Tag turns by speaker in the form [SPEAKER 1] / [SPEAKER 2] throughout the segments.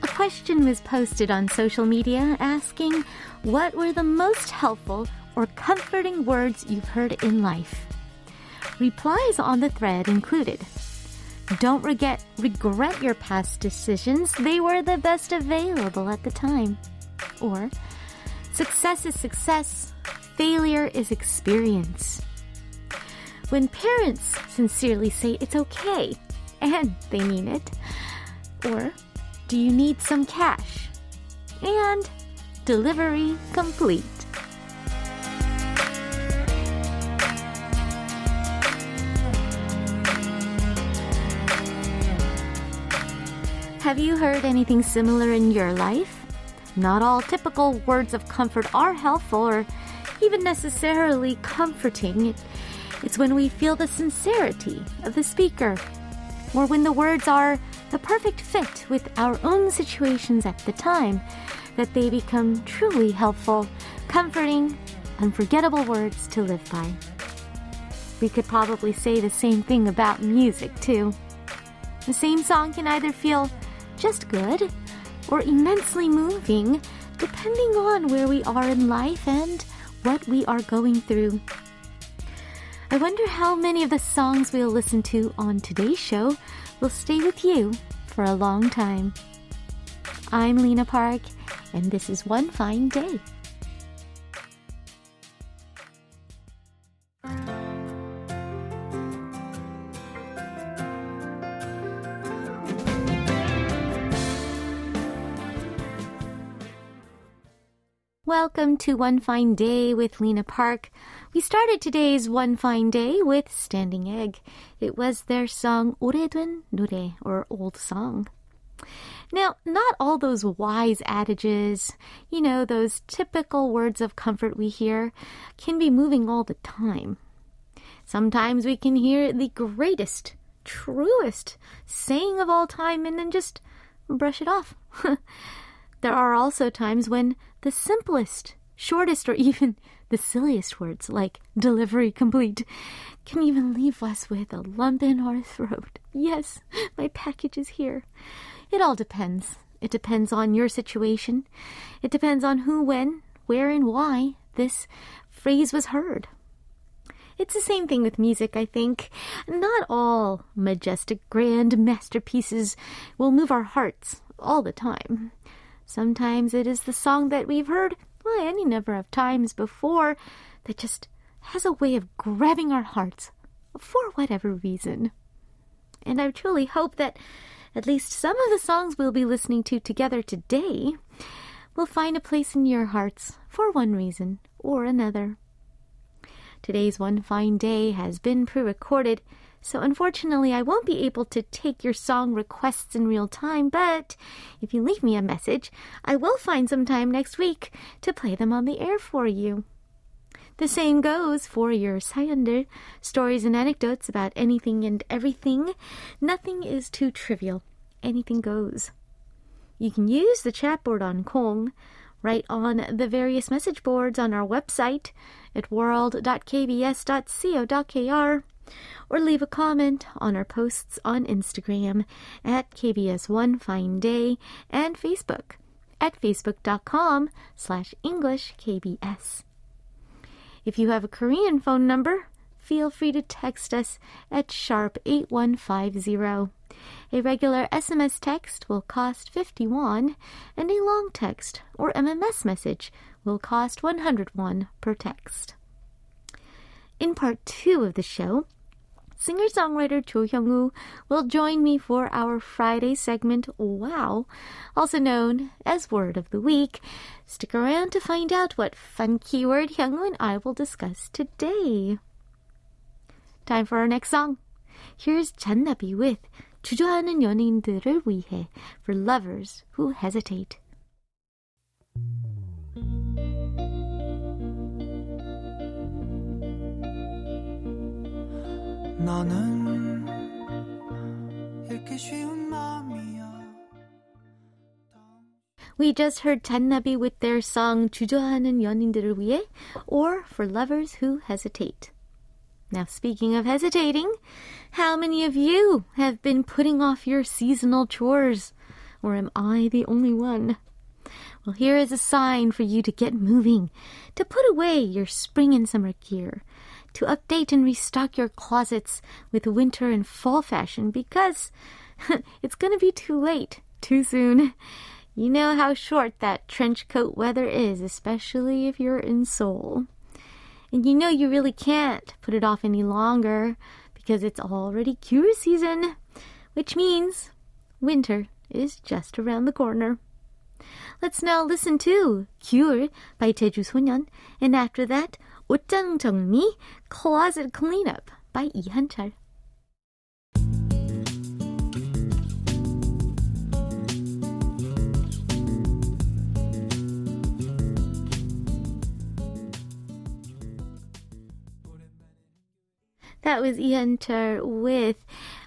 [SPEAKER 1] question was posted on social media asking what were the most helpful or comforting words you've heard in life. Replies on the thread included Don't regret, regret your past decisions, they were the best available at the time. Or Success is success, failure is experience. When parents sincerely say it's okay, and they mean it, or do you need some cash? And delivery complete. Have you heard anything similar in your life? Not all typical words of comfort are helpful or even necessarily comforting. It's when we feel the sincerity of the speaker, or when the words are the perfect fit with our own situations at the time, that they become truly helpful, comforting, unforgettable words to live by. We could probably say the same thing about music, too. The same song can either feel just good or immensely moving, depending on where we are in life and what we are going through. I wonder how many of the songs we'll listen to on today's show will stay with you for a long time. I'm Lena Park, and this is One Fine Day. Welcome to One Fine Day with Lena Park. We started today's One Fine Day with Standing Egg. It was their song 오래된 노래 or old song. Now, not all those wise adages, you know, those typical words of comfort we hear, can be moving all the time. Sometimes we can hear the greatest, truest saying of all time and then just brush it off. There are also times when the simplest, shortest, or even the silliest words, like delivery complete, can even leave us with a lump in our throat. Yes, my package is here. It all depends. It depends on your situation. It depends on who, when, where, and why this phrase was heard. It's the same thing with music, I think. Not all majestic, grand masterpieces will move our hearts all the time. Sometimes it is the song that we've heard well, any number of times before that just has a way of grabbing our hearts for whatever reason. And I truly hope that at least some of the songs we'll be listening to together today will find a place in your hearts for one reason or another. Today's One Fine Day has been pre recorded, so unfortunately I won't be able to take your song requests in real time, but if you leave me a message, I will find some time next week to play them on the air for you. The same goes for your Sayander stories and anecdotes about anything and everything. Nothing is too trivial. Anything goes. You can use the chat board on Kong, right on the various message boards on our website at world.kbs.co.kr, or leave a comment on our posts on Instagram at KBS One Fine Day and Facebook at facebook.com slash English KBS. If you have a Korean phone number, feel free to text us at sharp 8150. A regular SMS text will cost 50 won, and a long text or MMS message will cost 100 won per text. In part 2 of the show, singer-songwriter Cho Hyung-woo will join me for our Friday segment Wow, also known as Word of the Week. Stick around to find out what fun keyword Hyung-woo and I will discuss today. Time for our next song. Here's 잔나비 with 주저하는 연인들을 위해 for lovers who hesitate.
[SPEAKER 2] 나는 읽기 쉬운 마음이야.
[SPEAKER 1] We just heard 잔나비 with their song 주저하는 연인들을 위해 or for lovers who hesitate. Now, speaking of hesitating, how many of you have been putting off your seasonal chores Or am I the only one? Well, here is a sign for you to get moving, to put away your spring and summer gear, to update and restock your closets with winter and fall fashion because it's going to be too late, too soon. You know how short that trench coat weather is, especially if you're in Seoul. And you know you really can't put it off any longer because it's already cure season, which means winter is just around the corner. Let's now listen to Cure by Jeju Sonyeon, and after that, 옷장 정리, Closet Cleanup by 이한철. That was Ihanter with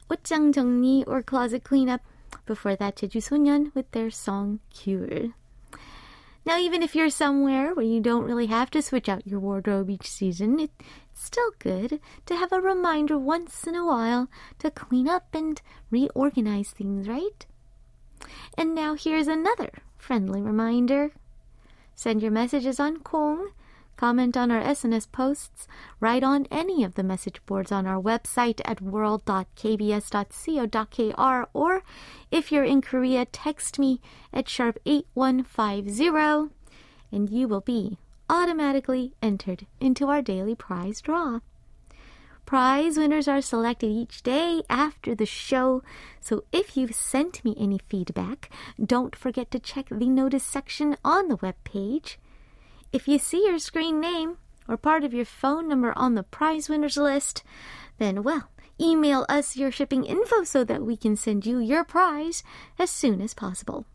[SPEAKER 1] 옷장 정리 or closet cleanup. Before that, Jeju Sonyeon with their song Cure. Now, even if you're somewhere where you don't really have to switch out your wardrobe each season, it, it's still good to have a reminder once in a while to clean up and reorganize things, right? And now here's another friendly reminder. Send your messages on Kong comment on our SNS posts, write on any of the message boards on our website at world.kbs.co.kr, or if you're in Korea, text me at sharp 8150 and you will be automatically entered into our daily prize draw. Prize winners are selected each day after the show, so if you've sent me any feedback, don't forget to check the notice section on the webpage. If you see your screen name or part of your phone number on the prize winners list, then, well, email us your shipping info so that we can send you your prize as soon as possible.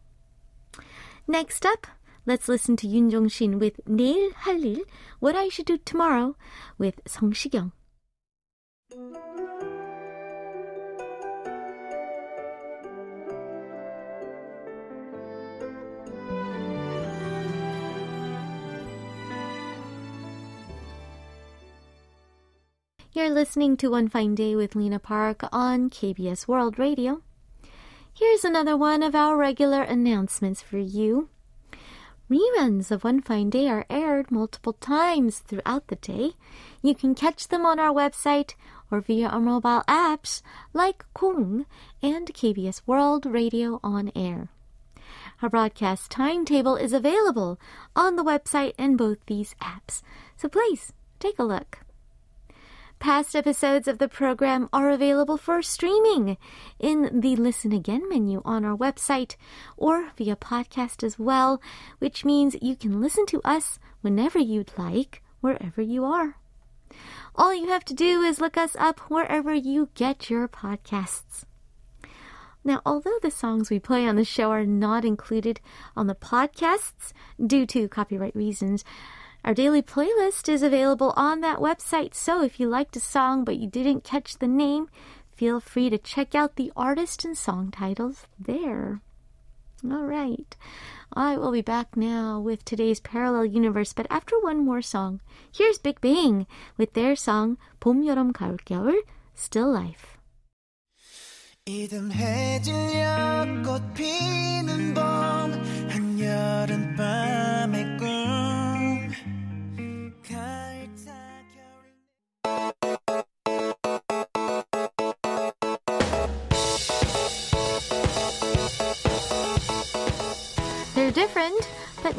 [SPEAKER 1] Next up, let's listen to Yoon Jong Shin with 내일 할 일, What I Should Do Tomorrow with Song Shikyung. You're listening to One Fine Day with Lena Park on KBS World Radio. Here's another one of our regular announcements for you. Reruns of One Fine Day are aired multiple times throughout the day. You can catch them on our website or via our mobile apps like Kung and KBS World Radio on air. Our broadcast timetable is available on the website and both these apps, so please take a look. Past episodes of the program are available for streaming in the Listen Again menu on our website or via podcast as well, which means you can listen to us whenever you'd like, wherever you are. All you have to do is look us up wherever you get your podcasts. Now, although the songs we play on the show are not included on the podcasts due to copyright reasons, our daily playlist is available on that website, so if you liked a song but you didn't catch the name, feel free to check out the artist and song titles there. All right, I will be back now with today's parallel universe, but after one more song, here's Big Bang with their song 봄, 여름, 가을, 겨울, Still Life.
[SPEAKER 2] 이듬해질녘 꽃 피는 봄 한여름밤의 꿈 갈자 겨울
[SPEAKER 1] They're different, but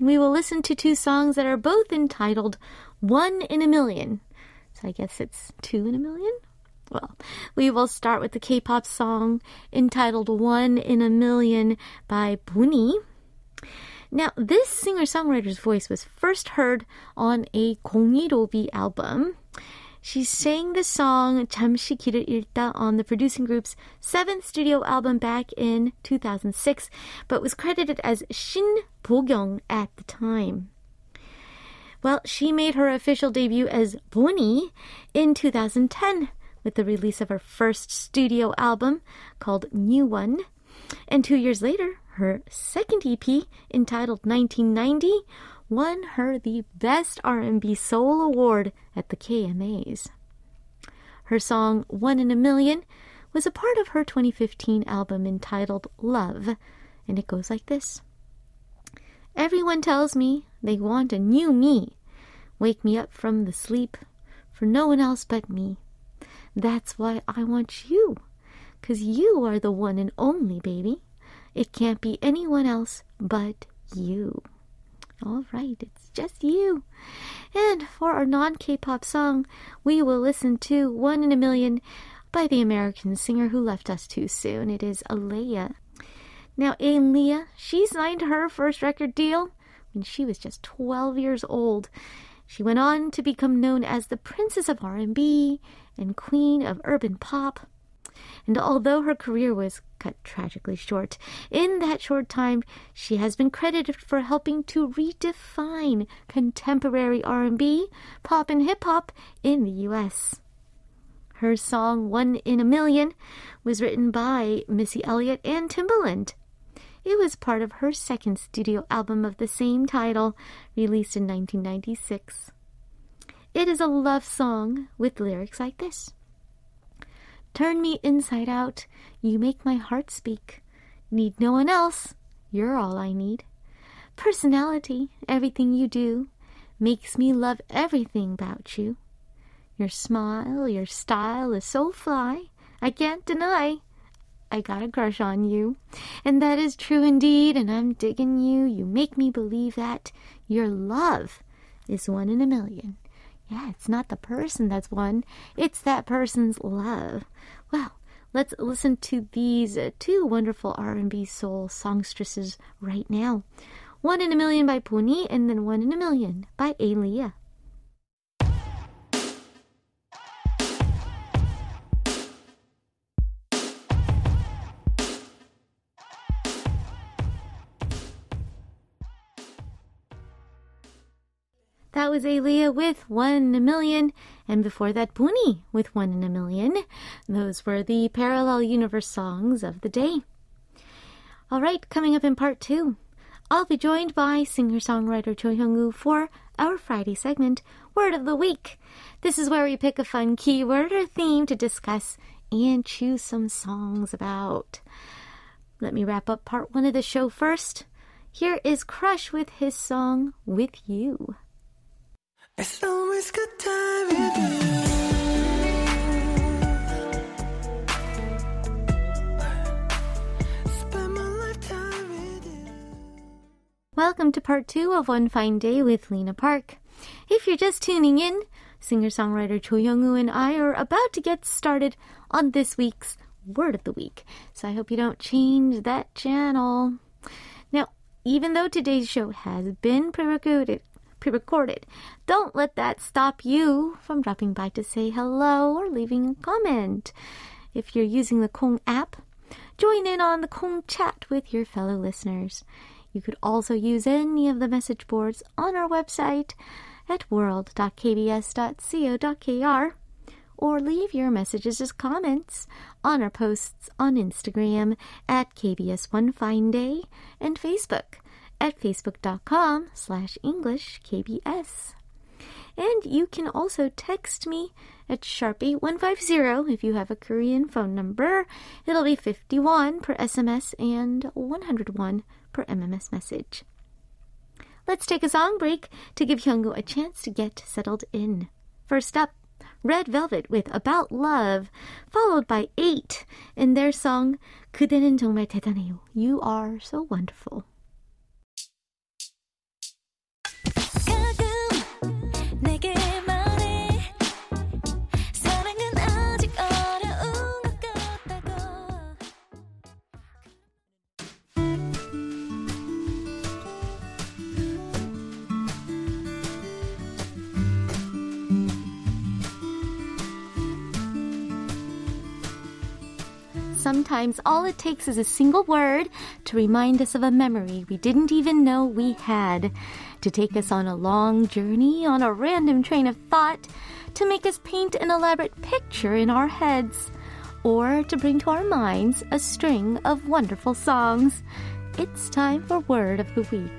[SPEAKER 1] we will listen to two songs that are both entitled One in a Million. So I guess it's Two in a Million? Well, we will start with the K pop song entitled One in a Million by Bunny. Now, this singer songwriter's voice was first heard on a Kongirobi album. She sang the song 잠시 길을 잃다 on the producing group's seventh studio album back in 2006, but was credited as Shin Bogyong at the time. Well, she made her official debut as Bonnie in 2010 with the release of her first studio album called New One. And two years later, her second EP entitled 1990 won her the Best R&B Soul Award at the KMAs. Her song One in a Million was a part of her 2015 album entitled Love, and it goes like this. Everyone tells me they want a new me. Wake me up from the sleep for no one else but me. That's why I want you, 'cause you are the one and only, baby. It can't be anyone else but you. All right, it's just you. And for our non K pop song, we will listen to One in a Million by the American singer who left us too soon. It is Aaliyah. Now, Aaliyah, she signed her first record deal when she was just 12 years old. She went on to become known as the Princess of R&B and Queen of Urban Pop. And although her career was cut tragically short, in that short time she has been credited for helping to redefine contemporary R&B, pop and hip hop in the US. Her song One in a Million was written by Missy Elliott and Timbaland. It was part of her second studio album of the same title, released in 1996. It is a love song with lyrics like this Turn me inside out, you make my heart speak. Need no one else, you're all I need. Personality, everything you do, makes me love everything about you. Your smile, your style is so fly, I can't deny. I got a crush on you. And that is true indeed, and I'm digging you. You make me believe that your love is one in a million. Yeah, it's not the person that's one, it's that person's love. Well, let's listen to these uh, two wonderful R&B soul songstresses right now. One in a Million by Puni and then One in a Million by Aaliyah. That was Aaliyah with One in a Million, and before that, Puni with One in a Million. Those were the parallel universe songs of the day. All right, coming up in part two, I'll be joined by singer songwriter Cho Hyung Woo for our Friday segment, Word of the Week. This is where we pick a fun keyword or theme to discuss and choose some songs about. Let me wrap up part one of the show first. Here is Crush with his song With You.
[SPEAKER 2] It's always good time with you. Spend my lifetime with you.
[SPEAKER 1] Welcome to part two of One Fine Day with Lena Park. If you're just tuning in, singer songwriter Cho Young Woo and I are about to get started on this week's Word of the Week, so I hope you don't change that channel. Now, even though today's show has been pre recorded, pre-recorded. Don't let that stop you from dropping by to say hello or leaving a comment. If you're using the Kong app, join in on the Kong chat with your fellow listeners. You could also use any of the message boards on our website at world.kbs.co.kr or leave your messages as comments on our posts on Instagram at KBS One Fine Day and Facebook at facebook.com slash English KBS. And you can also text me at Sharpie150 if you have a Korean phone number. It'll be 51 per SMS and 101 per MMS message. Let's take a song break to give Hyungu a chance to get settled in. First up, Red Velvet with About Love, followed by 8 in their song 그대는 정말 대단해요. You are so wonderful.
[SPEAKER 3] 가끔 내게 말해 사랑은 아직 어려운 것 같다고
[SPEAKER 1] Hello, sometimes all it takes is a single word to remind us of a memory we didn't even know we had, to take us on a long journey on a random train of thought, to make us paint an elaborate picture in our heads, or to bring to our minds a string of wonderful songs. It's time for Word of the Week.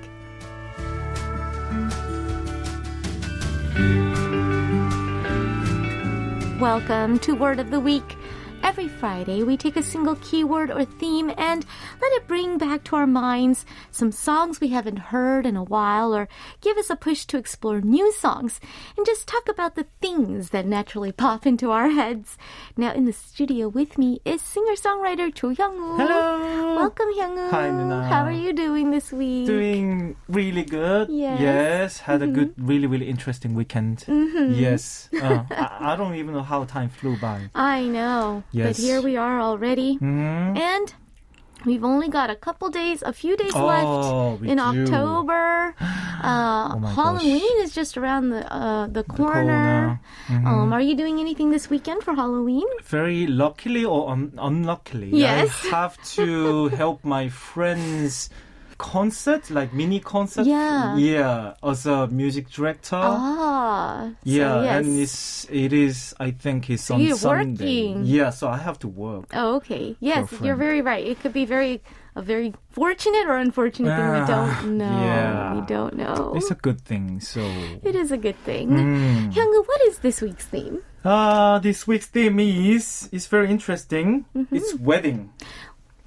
[SPEAKER 1] Welcome to Word of the Week. Every Friday, we take a single keyword or theme and let it bring back to our minds some songs we haven't heard in a while or give us a push to explore new songs and just talk about the things that naturally pop into our heads. Now, in the studio with me is singer songwriter Cho Young Woo.
[SPEAKER 4] Hello.
[SPEAKER 1] Welcome, Young Woo.
[SPEAKER 4] Hi, Nuna.
[SPEAKER 1] How are you doing this week?
[SPEAKER 4] Doing really good.
[SPEAKER 1] Yes. Mm-hmm.
[SPEAKER 4] had a good, really, really interesting weekend. Yes. Uh, I, I don't even know how time flew by.
[SPEAKER 1] I know. But
[SPEAKER 4] Yes.
[SPEAKER 1] here we are already.
[SPEAKER 4] Mhm.
[SPEAKER 1] And we've only got a couple days, a few days
[SPEAKER 4] Oh,
[SPEAKER 1] left
[SPEAKER 4] we
[SPEAKER 1] in
[SPEAKER 4] do.
[SPEAKER 1] October. Uh,
[SPEAKER 4] Oh my
[SPEAKER 1] Halloween is just around the uh, the corner.
[SPEAKER 4] corner. Mm-hmm.
[SPEAKER 1] Um, are you doing anything this weekend for Halloween?
[SPEAKER 4] Very luckily or un- unluckily,
[SPEAKER 1] Yes.
[SPEAKER 4] I have to help my friends. Concert, like mini concert,
[SPEAKER 1] Yeah.
[SPEAKER 4] yeah, as a music director,
[SPEAKER 1] Ah,
[SPEAKER 4] Oh. yeah,
[SPEAKER 1] so yes.
[SPEAKER 4] and it's it is. I think it's on
[SPEAKER 1] you're
[SPEAKER 4] Sunday.
[SPEAKER 1] working.
[SPEAKER 4] Yeah, so I have to work.
[SPEAKER 1] Oh, okay. Yes, you're
[SPEAKER 4] Girlfriend.
[SPEAKER 1] very right. It could be very a very fortunate or unfortunate thing. We
[SPEAKER 4] Ah,
[SPEAKER 1] don't know.
[SPEAKER 4] yeah.
[SPEAKER 1] We don't know.
[SPEAKER 4] It's a good thing. So
[SPEAKER 1] It is a good thing.
[SPEAKER 4] Mm.
[SPEAKER 1] Hyungwoo, what is this week's theme?
[SPEAKER 4] Uh, this week's theme is is very interesting.
[SPEAKER 1] Mm-hmm.
[SPEAKER 4] It's wedding.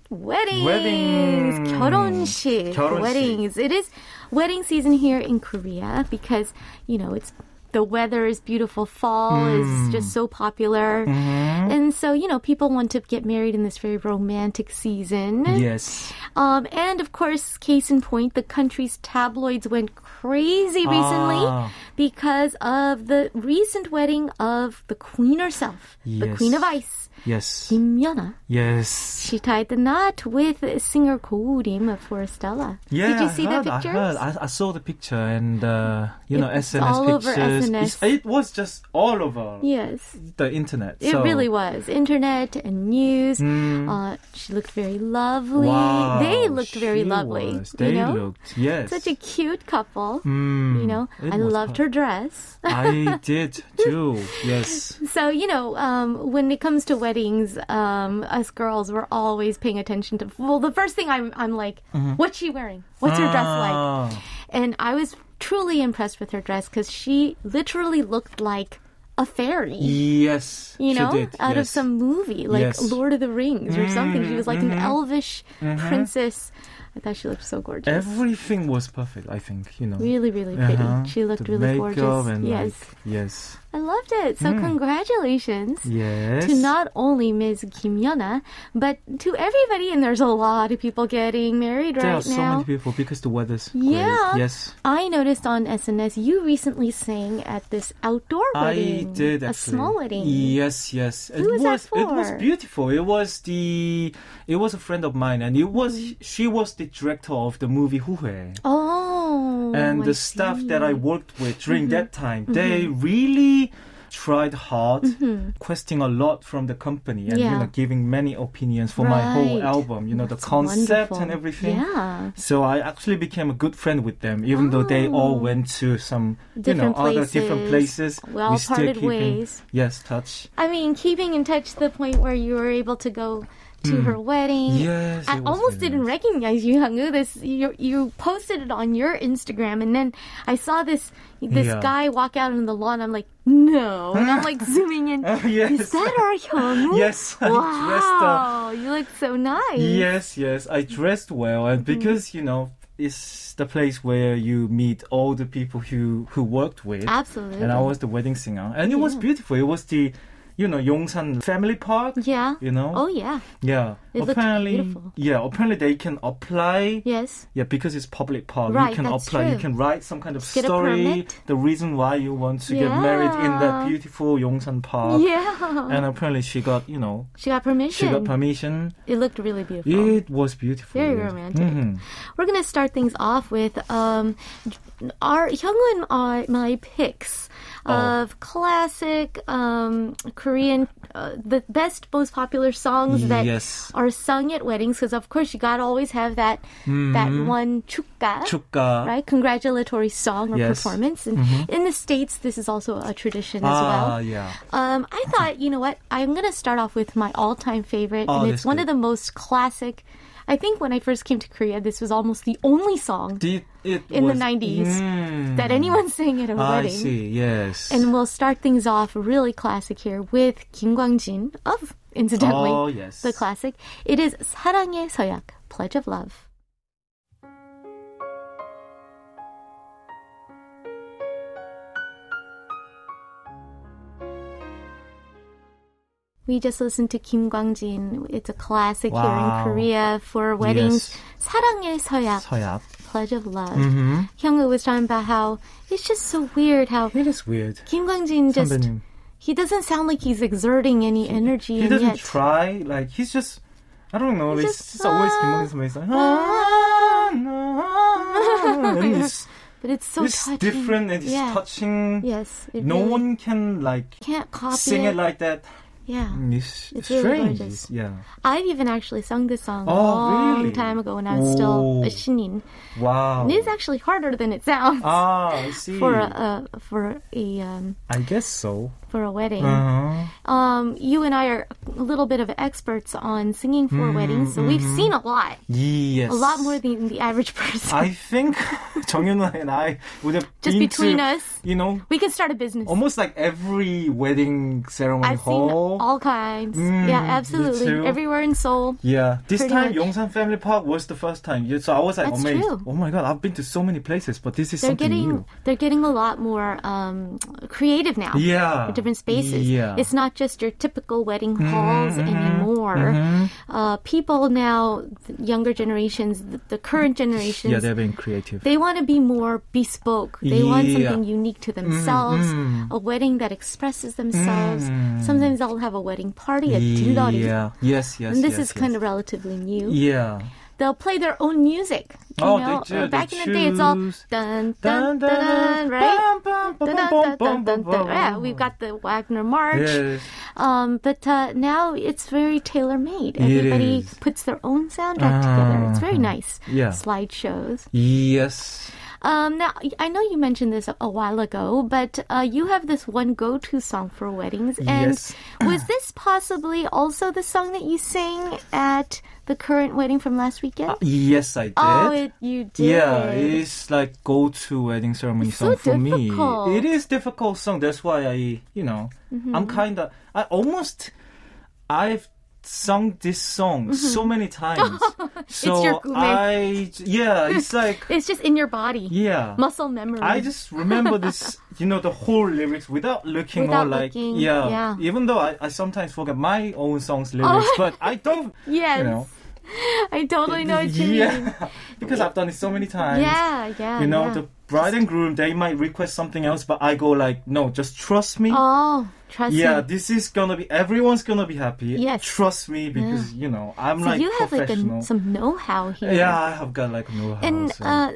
[SPEAKER 1] Weddings.
[SPEAKER 4] Weddings.
[SPEAKER 1] 결혼식.
[SPEAKER 4] 결혼식.
[SPEAKER 1] Weddings. It is wedding season here in Korea because, you know, it's the weather is beautiful. Fall
[SPEAKER 4] Mm.
[SPEAKER 1] is just so popular.
[SPEAKER 4] Mm-hmm.
[SPEAKER 1] And so, you know, people want to get married in this very romantic season.
[SPEAKER 4] Yes.
[SPEAKER 1] Um, and of course, case in point, the country's tabloids went crazy recently
[SPEAKER 4] Ah.
[SPEAKER 1] because of the recent wedding of the queen herself, the
[SPEAKER 4] Yes.
[SPEAKER 1] queen of ice,
[SPEAKER 4] Yes.
[SPEAKER 1] Kim Yeonha.
[SPEAKER 4] Yes.
[SPEAKER 1] She tied the knot with singer Ko Rim of Forestella.
[SPEAKER 4] Yeah,
[SPEAKER 1] Did you see
[SPEAKER 4] I
[SPEAKER 1] the
[SPEAKER 4] heard,
[SPEAKER 1] pictures?
[SPEAKER 4] I, heard. I, I saw the picture and uh, you know
[SPEAKER 1] It's
[SPEAKER 4] SNS
[SPEAKER 1] all over
[SPEAKER 4] pictures.
[SPEAKER 1] SNS.
[SPEAKER 4] It's- It was just all over
[SPEAKER 1] Yes.
[SPEAKER 4] the internet.
[SPEAKER 1] It
[SPEAKER 4] so- Hmm.
[SPEAKER 1] really was. Internet and news. Uh, she looked very lovely.
[SPEAKER 4] Wow,
[SPEAKER 1] they looked very
[SPEAKER 4] she
[SPEAKER 1] lovely.
[SPEAKER 4] was. They
[SPEAKER 1] you know?
[SPEAKER 4] looked yes.
[SPEAKER 1] Such a cute couple.
[SPEAKER 4] Mm,
[SPEAKER 1] You know,
[SPEAKER 4] it
[SPEAKER 1] I
[SPEAKER 4] was
[SPEAKER 1] loved her dress.
[SPEAKER 4] I did too. Yes.
[SPEAKER 1] So, you know, um, when it comes to weddings, um, us girls were always paying attention to. Well, the first thing I'm, I'm like,
[SPEAKER 4] Mm-hmm.
[SPEAKER 1] what's she wearing? What's her dress like?
[SPEAKER 4] Ah,
[SPEAKER 1] and I was truly impressed with her dress because she literally looked like a fairy.
[SPEAKER 4] Yes.
[SPEAKER 1] You
[SPEAKER 4] she
[SPEAKER 1] know,
[SPEAKER 4] did,
[SPEAKER 1] out of
[SPEAKER 4] yes.
[SPEAKER 1] some movie like
[SPEAKER 4] Yes. Mm-hmm.
[SPEAKER 1] Lord of the Rings or something. She was like an elvish princess. I thought she looked so gorgeous.
[SPEAKER 4] Everything was perfect. I think you know.
[SPEAKER 1] really, really pretty.
[SPEAKER 4] Uh-huh.
[SPEAKER 1] She looked
[SPEAKER 4] The
[SPEAKER 1] really
[SPEAKER 4] makeup
[SPEAKER 1] gorgeous.
[SPEAKER 4] and,
[SPEAKER 1] yes,
[SPEAKER 4] like, yes,
[SPEAKER 1] I loved it. So congratulations
[SPEAKER 4] yes.
[SPEAKER 1] to not only Ms. Kim Yeonha, but to everybody. And there's a lot of people getting married
[SPEAKER 4] there
[SPEAKER 1] right
[SPEAKER 4] are so
[SPEAKER 1] now.
[SPEAKER 4] many people because the weather's
[SPEAKER 1] Yeah.
[SPEAKER 4] great. Yes,
[SPEAKER 1] I noticed on SNS you recently sang at this outdoor wedding.
[SPEAKER 4] I did.
[SPEAKER 1] um,
[SPEAKER 4] Actually.
[SPEAKER 1] a small wedding.
[SPEAKER 4] Yes, yes. it
[SPEAKER 1] was that
[SPEAKER 4] It was
[SPEAKER 1] for?
[SPEAKER 4] beautiful. It was the. It was a friend of mine, and it was she was the director of the movie Huhe.
[SPEAKER 1] Oh,
[SPEAKER 4] and
[SPEAKER 1] I
[SPEAKER 4] the staff
[SPEAKER 1] see. Mm-hmm.
[SPEAKER 4] that I worked with during that time, they really tried hard, questing a lot from the company, and
[SPEAKER 1] Mm-hmm. Yeah.
[SPEAKER 4] you know, giving many opinions for my whole
[SPEAKER 1] Right.
[SPEAKER 4] album. You know, the
[SPEAKER 1] That's
[SPEAKER 4] concept
[SPEAKER 1] wonderful.
[SPEAKER 4] and everything.
[SPEAKER 1] Yeah.
[SPEAKER 4] So I actually became a good friend with them, even though they all went to some,
[SPEAKER 1] Oh. Different
[SPEAKER 4] you know, other different
[SPEAKER 1] places.
[SPEAKER 4] places.
[SPEAKER 1] We all parted ways.
[SPEAKER 4] yes, touch.
[SPEAKER 1] I mean, keeping in touch to the point where you were able to go to her wedding.
[SPEAKER 4] Hmm. Yes,
[SPEAKER 1] I
[SPEAKER 4] it was
[SPEAKER 1] almost
[SPEAKER 4] very
[SPEAKER 1] didn't recognize you, Hangu. This you, you posted it on your Instagram, and then I saw this this
[SPEAKER 4] Yeah.
[SPEAKER 1] guy walk out on the lawn. I'm like, no, and I'm like zooming in.
[SPEAKER 4] yes.
[SPEAKER 1] Is that our Hyungwoo?
[SPEAKER 4] Yes, I dressed up.
[SPEAKER 1] Wow, you look so nice.
[SPEAKER 4] Yes, yes, I dressed well,
[SPEAKER 1] Mm.
[SPEAKER 4] and because you know it's the place where you meet all the people who who worked with.
[SPEAKER 1] Absolutely.
[SPEAKER 4] And I was the wedding singer, and it was beautiful. It was the, you know, Yongsan Family Park.
[SPEAKER 1] Yeah.
[SPEAKER 4] You know.
[SPEAKER 1] Oh yeah.
[SPEAKER 4] Yeah.
[SPEAKER 1] It looked
[SPEAKER 4] apparently,
[SPEAKER 1] beautiful.
[SPEAKER 4] yeah. Apparently, they can apply.
[SPEAKER 1] Yes.
[SPEAKER 4] Yeah, because it's public park,
[SPEAKER 1] Right,
[SPEAKER 4] you can
[SPEAKER 1] that's
[SPEAKER 4] apply. You
[SPEAKER 1] true.
[SPEAKER 4] can write some kind of
[SPEAKER 1] Get a
[SPEAKER 4] story,
[SPEAKER 1] permit.
[SPEAKER 4] the reason why you want to get married in
[SPEAKER 1] Yeah.
[SPEAKER 4] that beautiful Yongsan Park.
[SPEAKER 1] Yeah.
[SPEAKER 4] And apparently, she got you know,
[SPEAKER 1] she got permission.
[SPEAKER 4] Uh, she got permission.
[SPEAKER 1] it looked really beautiful.
[SPEAKER 4] It was beautiful.
[SPEAKER 1] Very
[SPEAKER 4] yes.
[SPEAKER 1] romantic.
[SPEAKER 4] Mhm.
[SPEAKER 1] We're gonna start things off with um, our Hyungwoo and I, my picks.
[SPEAKER 4] Oh.
[SPEAKER 1] of classic um, Korean, uh, the best, most popular songs that
[SPEAKER 4] Yes.
[SPEAKER 1] are sung at weddings. Because of course you gotta always have that that
[SPEAKER 4] Mm-hmm.
[SPEAKER 1] one chukka,
[SPEAKER 4] 축가.
[SPEAKER 1] right? Congratulatory song or
[SPEAKER 4] Uh, Yes. Mm-hmm.
[SPEAKER 1] performance. And in the states, this is also a tradition as well.
[SPEAKER 4] Ah, yeah.
[SPEAKER 1] Um, I thought, you know what? I'm going to start off with my all time favorite,
[SPEAKER 4] Oh,
[SPEAKER 1] and it's
[SPEAKER 4] that's
[SPEAKER 1] one
[SPEAKER 4] good.
[SPEAKER 1] of the most classic. I think when I first came to Korea, this was almost the only song
[SPEAKER 4] Did it
[SPEAKER 1] in the
[SPEAKER 4] was-
[SPEAKER 1] 90s
[SPEAKER 4] Mm.
[SPEAKER 1] that anyone sang at a
[SPEAKER 4] I
[SPEAKER 1] wedding.
[SPEAKER 4] see. Yes.
[SPEAKER 1] And we'll start things off really classic here with Kim Kwang-jin of, incidentally,
[SPEAKER 4] Oh, yes.
[SPEAKER 1] the classic. It is 사랑의 서약, Pledge of Love. We just listened to Kim Kwang-jin. It's a classic
[SPEAKER 4] Wow.
[SPEAKER 1] here in Korea for weddings.
[SPEAKER 4] Yes.
[SPEAKER 1] 사랑의 서약,
[SPEAKER 4] 서약.
[SPEAKER 1] Pledge of Love.
[SPEAKER 4] Mm-hmm.
[SPEAKER 1] Hyungwoo was talking about how it's just so weird how
[SPEAKER 4] It is weird.
[SPEAKER 1] Kim Kwang-jin just
[SPEAKER 4] 선배님.
[SPEAKER 1] he doesn't sound like he's exerting any energy
[SPEAKER 4] He
[SPEAKER 1] and
[SPEAKER 4] doesn't
[SPEAKER 1] yet
[SPEAKER 4] try. Like he's just, I don't know.
[SPEAKER 1] He's
[SPEAKER 4] It's
[SPEAKER 1] just,
[SPEAKER 4] just, always
[SPEAKER 1] uh,
[SPEAKER 4] Kim Jong He's like, ah, no, and it's,
[SPEAKER 1] but it's so
[SPEAKER 4] it's
[SPEAKER 1] touching.
[SPEAKER 4] different and it's
[SPEAKER 1] yeah.
[SPEAKER 4] touching.
[SPEAKER 1] Yes, it
[SPEAKER 4] no
[SPEAKER 1] really
[SPEAKER 4] one can like
[SPEAKER 1] can't copy
[SPEAKER 4] sing it like Mm. that.
[SPEAKER 1] yeah.
[SPEAKER 4] It's,
[SPEAKER 1] It's really
[SPEAKER 4] strange.
[SPEAKER 1] gorgeous.
[SPEAKER 4] yeah.
[SPEAKER 1] I've even actually sung this song a
[SPEAKER 4] Oh,
[SPEAKER 1] long
[SPEAKER 4] really?
[SPEAKER 1] time ago when I was still a
[SPEAKER 4] Oh.
[SPEAKER 1] shinin.
[SPEAKER 4] Wow.
[SPEAKER 1] And It is actually harder than it sounds
[SPEAKER 4] ah, I see.
[SPEAKER 1] for a, a for a um,
[SPEAKER 4] I guess so.
[SPEAKER 1] for a wedding.
[SPEAKER 4] Uh-huh.
[SPEAKER 1] Um, you and I are a little bit of experts on singing for weddings, so we've seen a lot,
[SPEAKER 4] Mm-hmm,
[SPEAKER 1] a
[SPEAKER 4] Yes.
[SPEAKER 1] lot more than the average person.
[SPEAKER 4] I think 정윤아 and I would have
[SPEAKER 1] Just
[SPEAKER 4] been
[SPEAKER 1] between
[SPEAKER 4] to, Oh
[SPEAKER 1] us.
[SPEAKER 4] you know,
[SPEAKER 1] we could start a business.
[SPEAKER 4] almost like every wedding ceremony
[SPEAKER 1] I've seen
[SPEAKER 4] hall.
[SPEAKER 1] all kinds.
[SPEAKER 4] Mm,
[SPEAKER 1] yeah,
[SPEAKER 4] me
[SPEAKER 1] absolutely.
[SPEAKER 4] too.
[SPEAKER 1] Everywhere in Seoul.
[SPEAKER 4] yeah, this
[SPEAKER 1] pretty
[SPEAKER 4] time
[SPEAKER 1] much.
[SPEAKER 4] Yongsan Family Park was the first time. Yeah, So I was like
[SPEAKER 1] That's
[SPEAKER 4] amazed.
[SPEAKER 1] true.
[SPEAKER 4] Oh my god, I've been to so many places, but this is
[SPEAKER 1] They're
[SPEAKER 4] something
[SPEAKER 1] getting
[SPEAKER 4] new.
[SPEAKER 1] they're getting a lot more um, creative now.
[SPEAKER 4] Yeah.
[SPEAKER 1] With different spaces.
[SPEAKER 4] Yeah. Mm-hmm,
[SPEAKER 1] It's not just your typical wedding halls anymore. Uh, people now, the younger generations, the, the current generations,
[SPEAKER 4] yeah, they're being creative.
[SPEAKER 1] they want to be more bespoke. They want
[SPEAKER 4] Yeah.
[SPEAKER 1] something unique to
[SPEAKER 4] Mm-hmm.
[SPEAKER 1] themselves, a wedding that expresses themselves. Sometimes they'll have a wedding party, a dildori.
[SPEAKER 4] yeah. Mm-hmm. Yes, yes.
[SPEAKER 1] And this is
[SPEAKER 4] yes,
[SPEAKER 1] kind of relatively new.
[SPEAKER 4] Yeah.
[SPEAKER 1] they'll play their own music. You
[SPEAKER 4] Oh, they
[SPEAKER 1] know?
[SPEAKER 4] do.
[SPEAKER 1] Uh,
[SPEAKER 4] They
[SPEAKER 1] Back in the day, it's all
[SPEAKER 4] choose.
[SPEAKER 1] dun dun dun, dun right? Dun, dun, dun, dun, dun, dun. Yeah, we've got the Wagner March.
[SPEAKER 4] Yes.
[SPEAKER 1] Um, but uh, now it's very tailor made. Everybody
[SPEAKER 4] is. Ah.
[SPEAKER 1] puts their own soundtrack together. It's very nice.
[SPEAKER 4] Yeah.
[SPEAKER 1] Slideshows.
[SPEAKER 4] Yes.
[SPEAKER 1] Um, now, I know you mentioned this a while ago, but uh, you have this one go to song for weddings. And
[SPEAKER 4] Yes.
[SPEAKER 1] was this possibly also the song that you sang at the current wedding from last weekend?
[SPEAKER 4] Yes, I did.
[SPEAKER 1] Oh, it, you did.
[SPEAKER 4] Uh, Yeah, it's like go to wedding ceremony
[SPEAKER 1] It's so
[SPEAKER 4] song for
[SPEAKER 1] difficult. Mm-hmm.
[SPEAKER 4] me. It is difficult song. That's why I, you know, I'm kind of I almost I've sung this song so many times. so
[SPEAKER 1] Mm-hmm. your gume.
[SPEAKER 4] I yeah, it's like
[SPEAKER 1] It's just in your body.
[SPEAKER 4] yeah.
[SPEAKER 1] Muscle memory.
[SPEAKER 4] I just remember this, you know, the whole lyrics without looking
[SPEAKER 1] Without
[SPEAKER 4] or like,
[SPEAKER 1] looking,
[SPEAKER 4] yeah,
[SPEAKER 1] yeah. Oh.
[SPEAKER 4] Even though I, I sometimes forget my own songs lyrics, but I don't,
[SPEAKER 1] yes.
[SPEAKER 4] you know,
[SPEAKER 1] I totally know what you mean.
[SPEAKER 4] yeah, because I've done it so many times.
[SPEAKER 1] Yeah, yeah.
[SPEAKER 4] you know
[SPEAKER 1] yeah.
[SPEAKER 4] the bride and groom they might request something else but i go like no just trust me
[SPEAKER 1] Oh, trust
[SPEAKER 4] yeah
[SPEAKER 1] me.
[SPEAKER 4] this is gonna be everyone's gonna be happy
[SPEAKER 1] Yes.
[SPEAKER 4] trust me because you know i'm
[SPEAKER 1] So
[SPEAKER 4] like
[SPEAKER 1] you have like
[SPEAKER 4] professional
[SPEAKER 1] a, some know how here.
[SPEAKER 4] yeah i have got like no
[SPEAKER 1] And uh,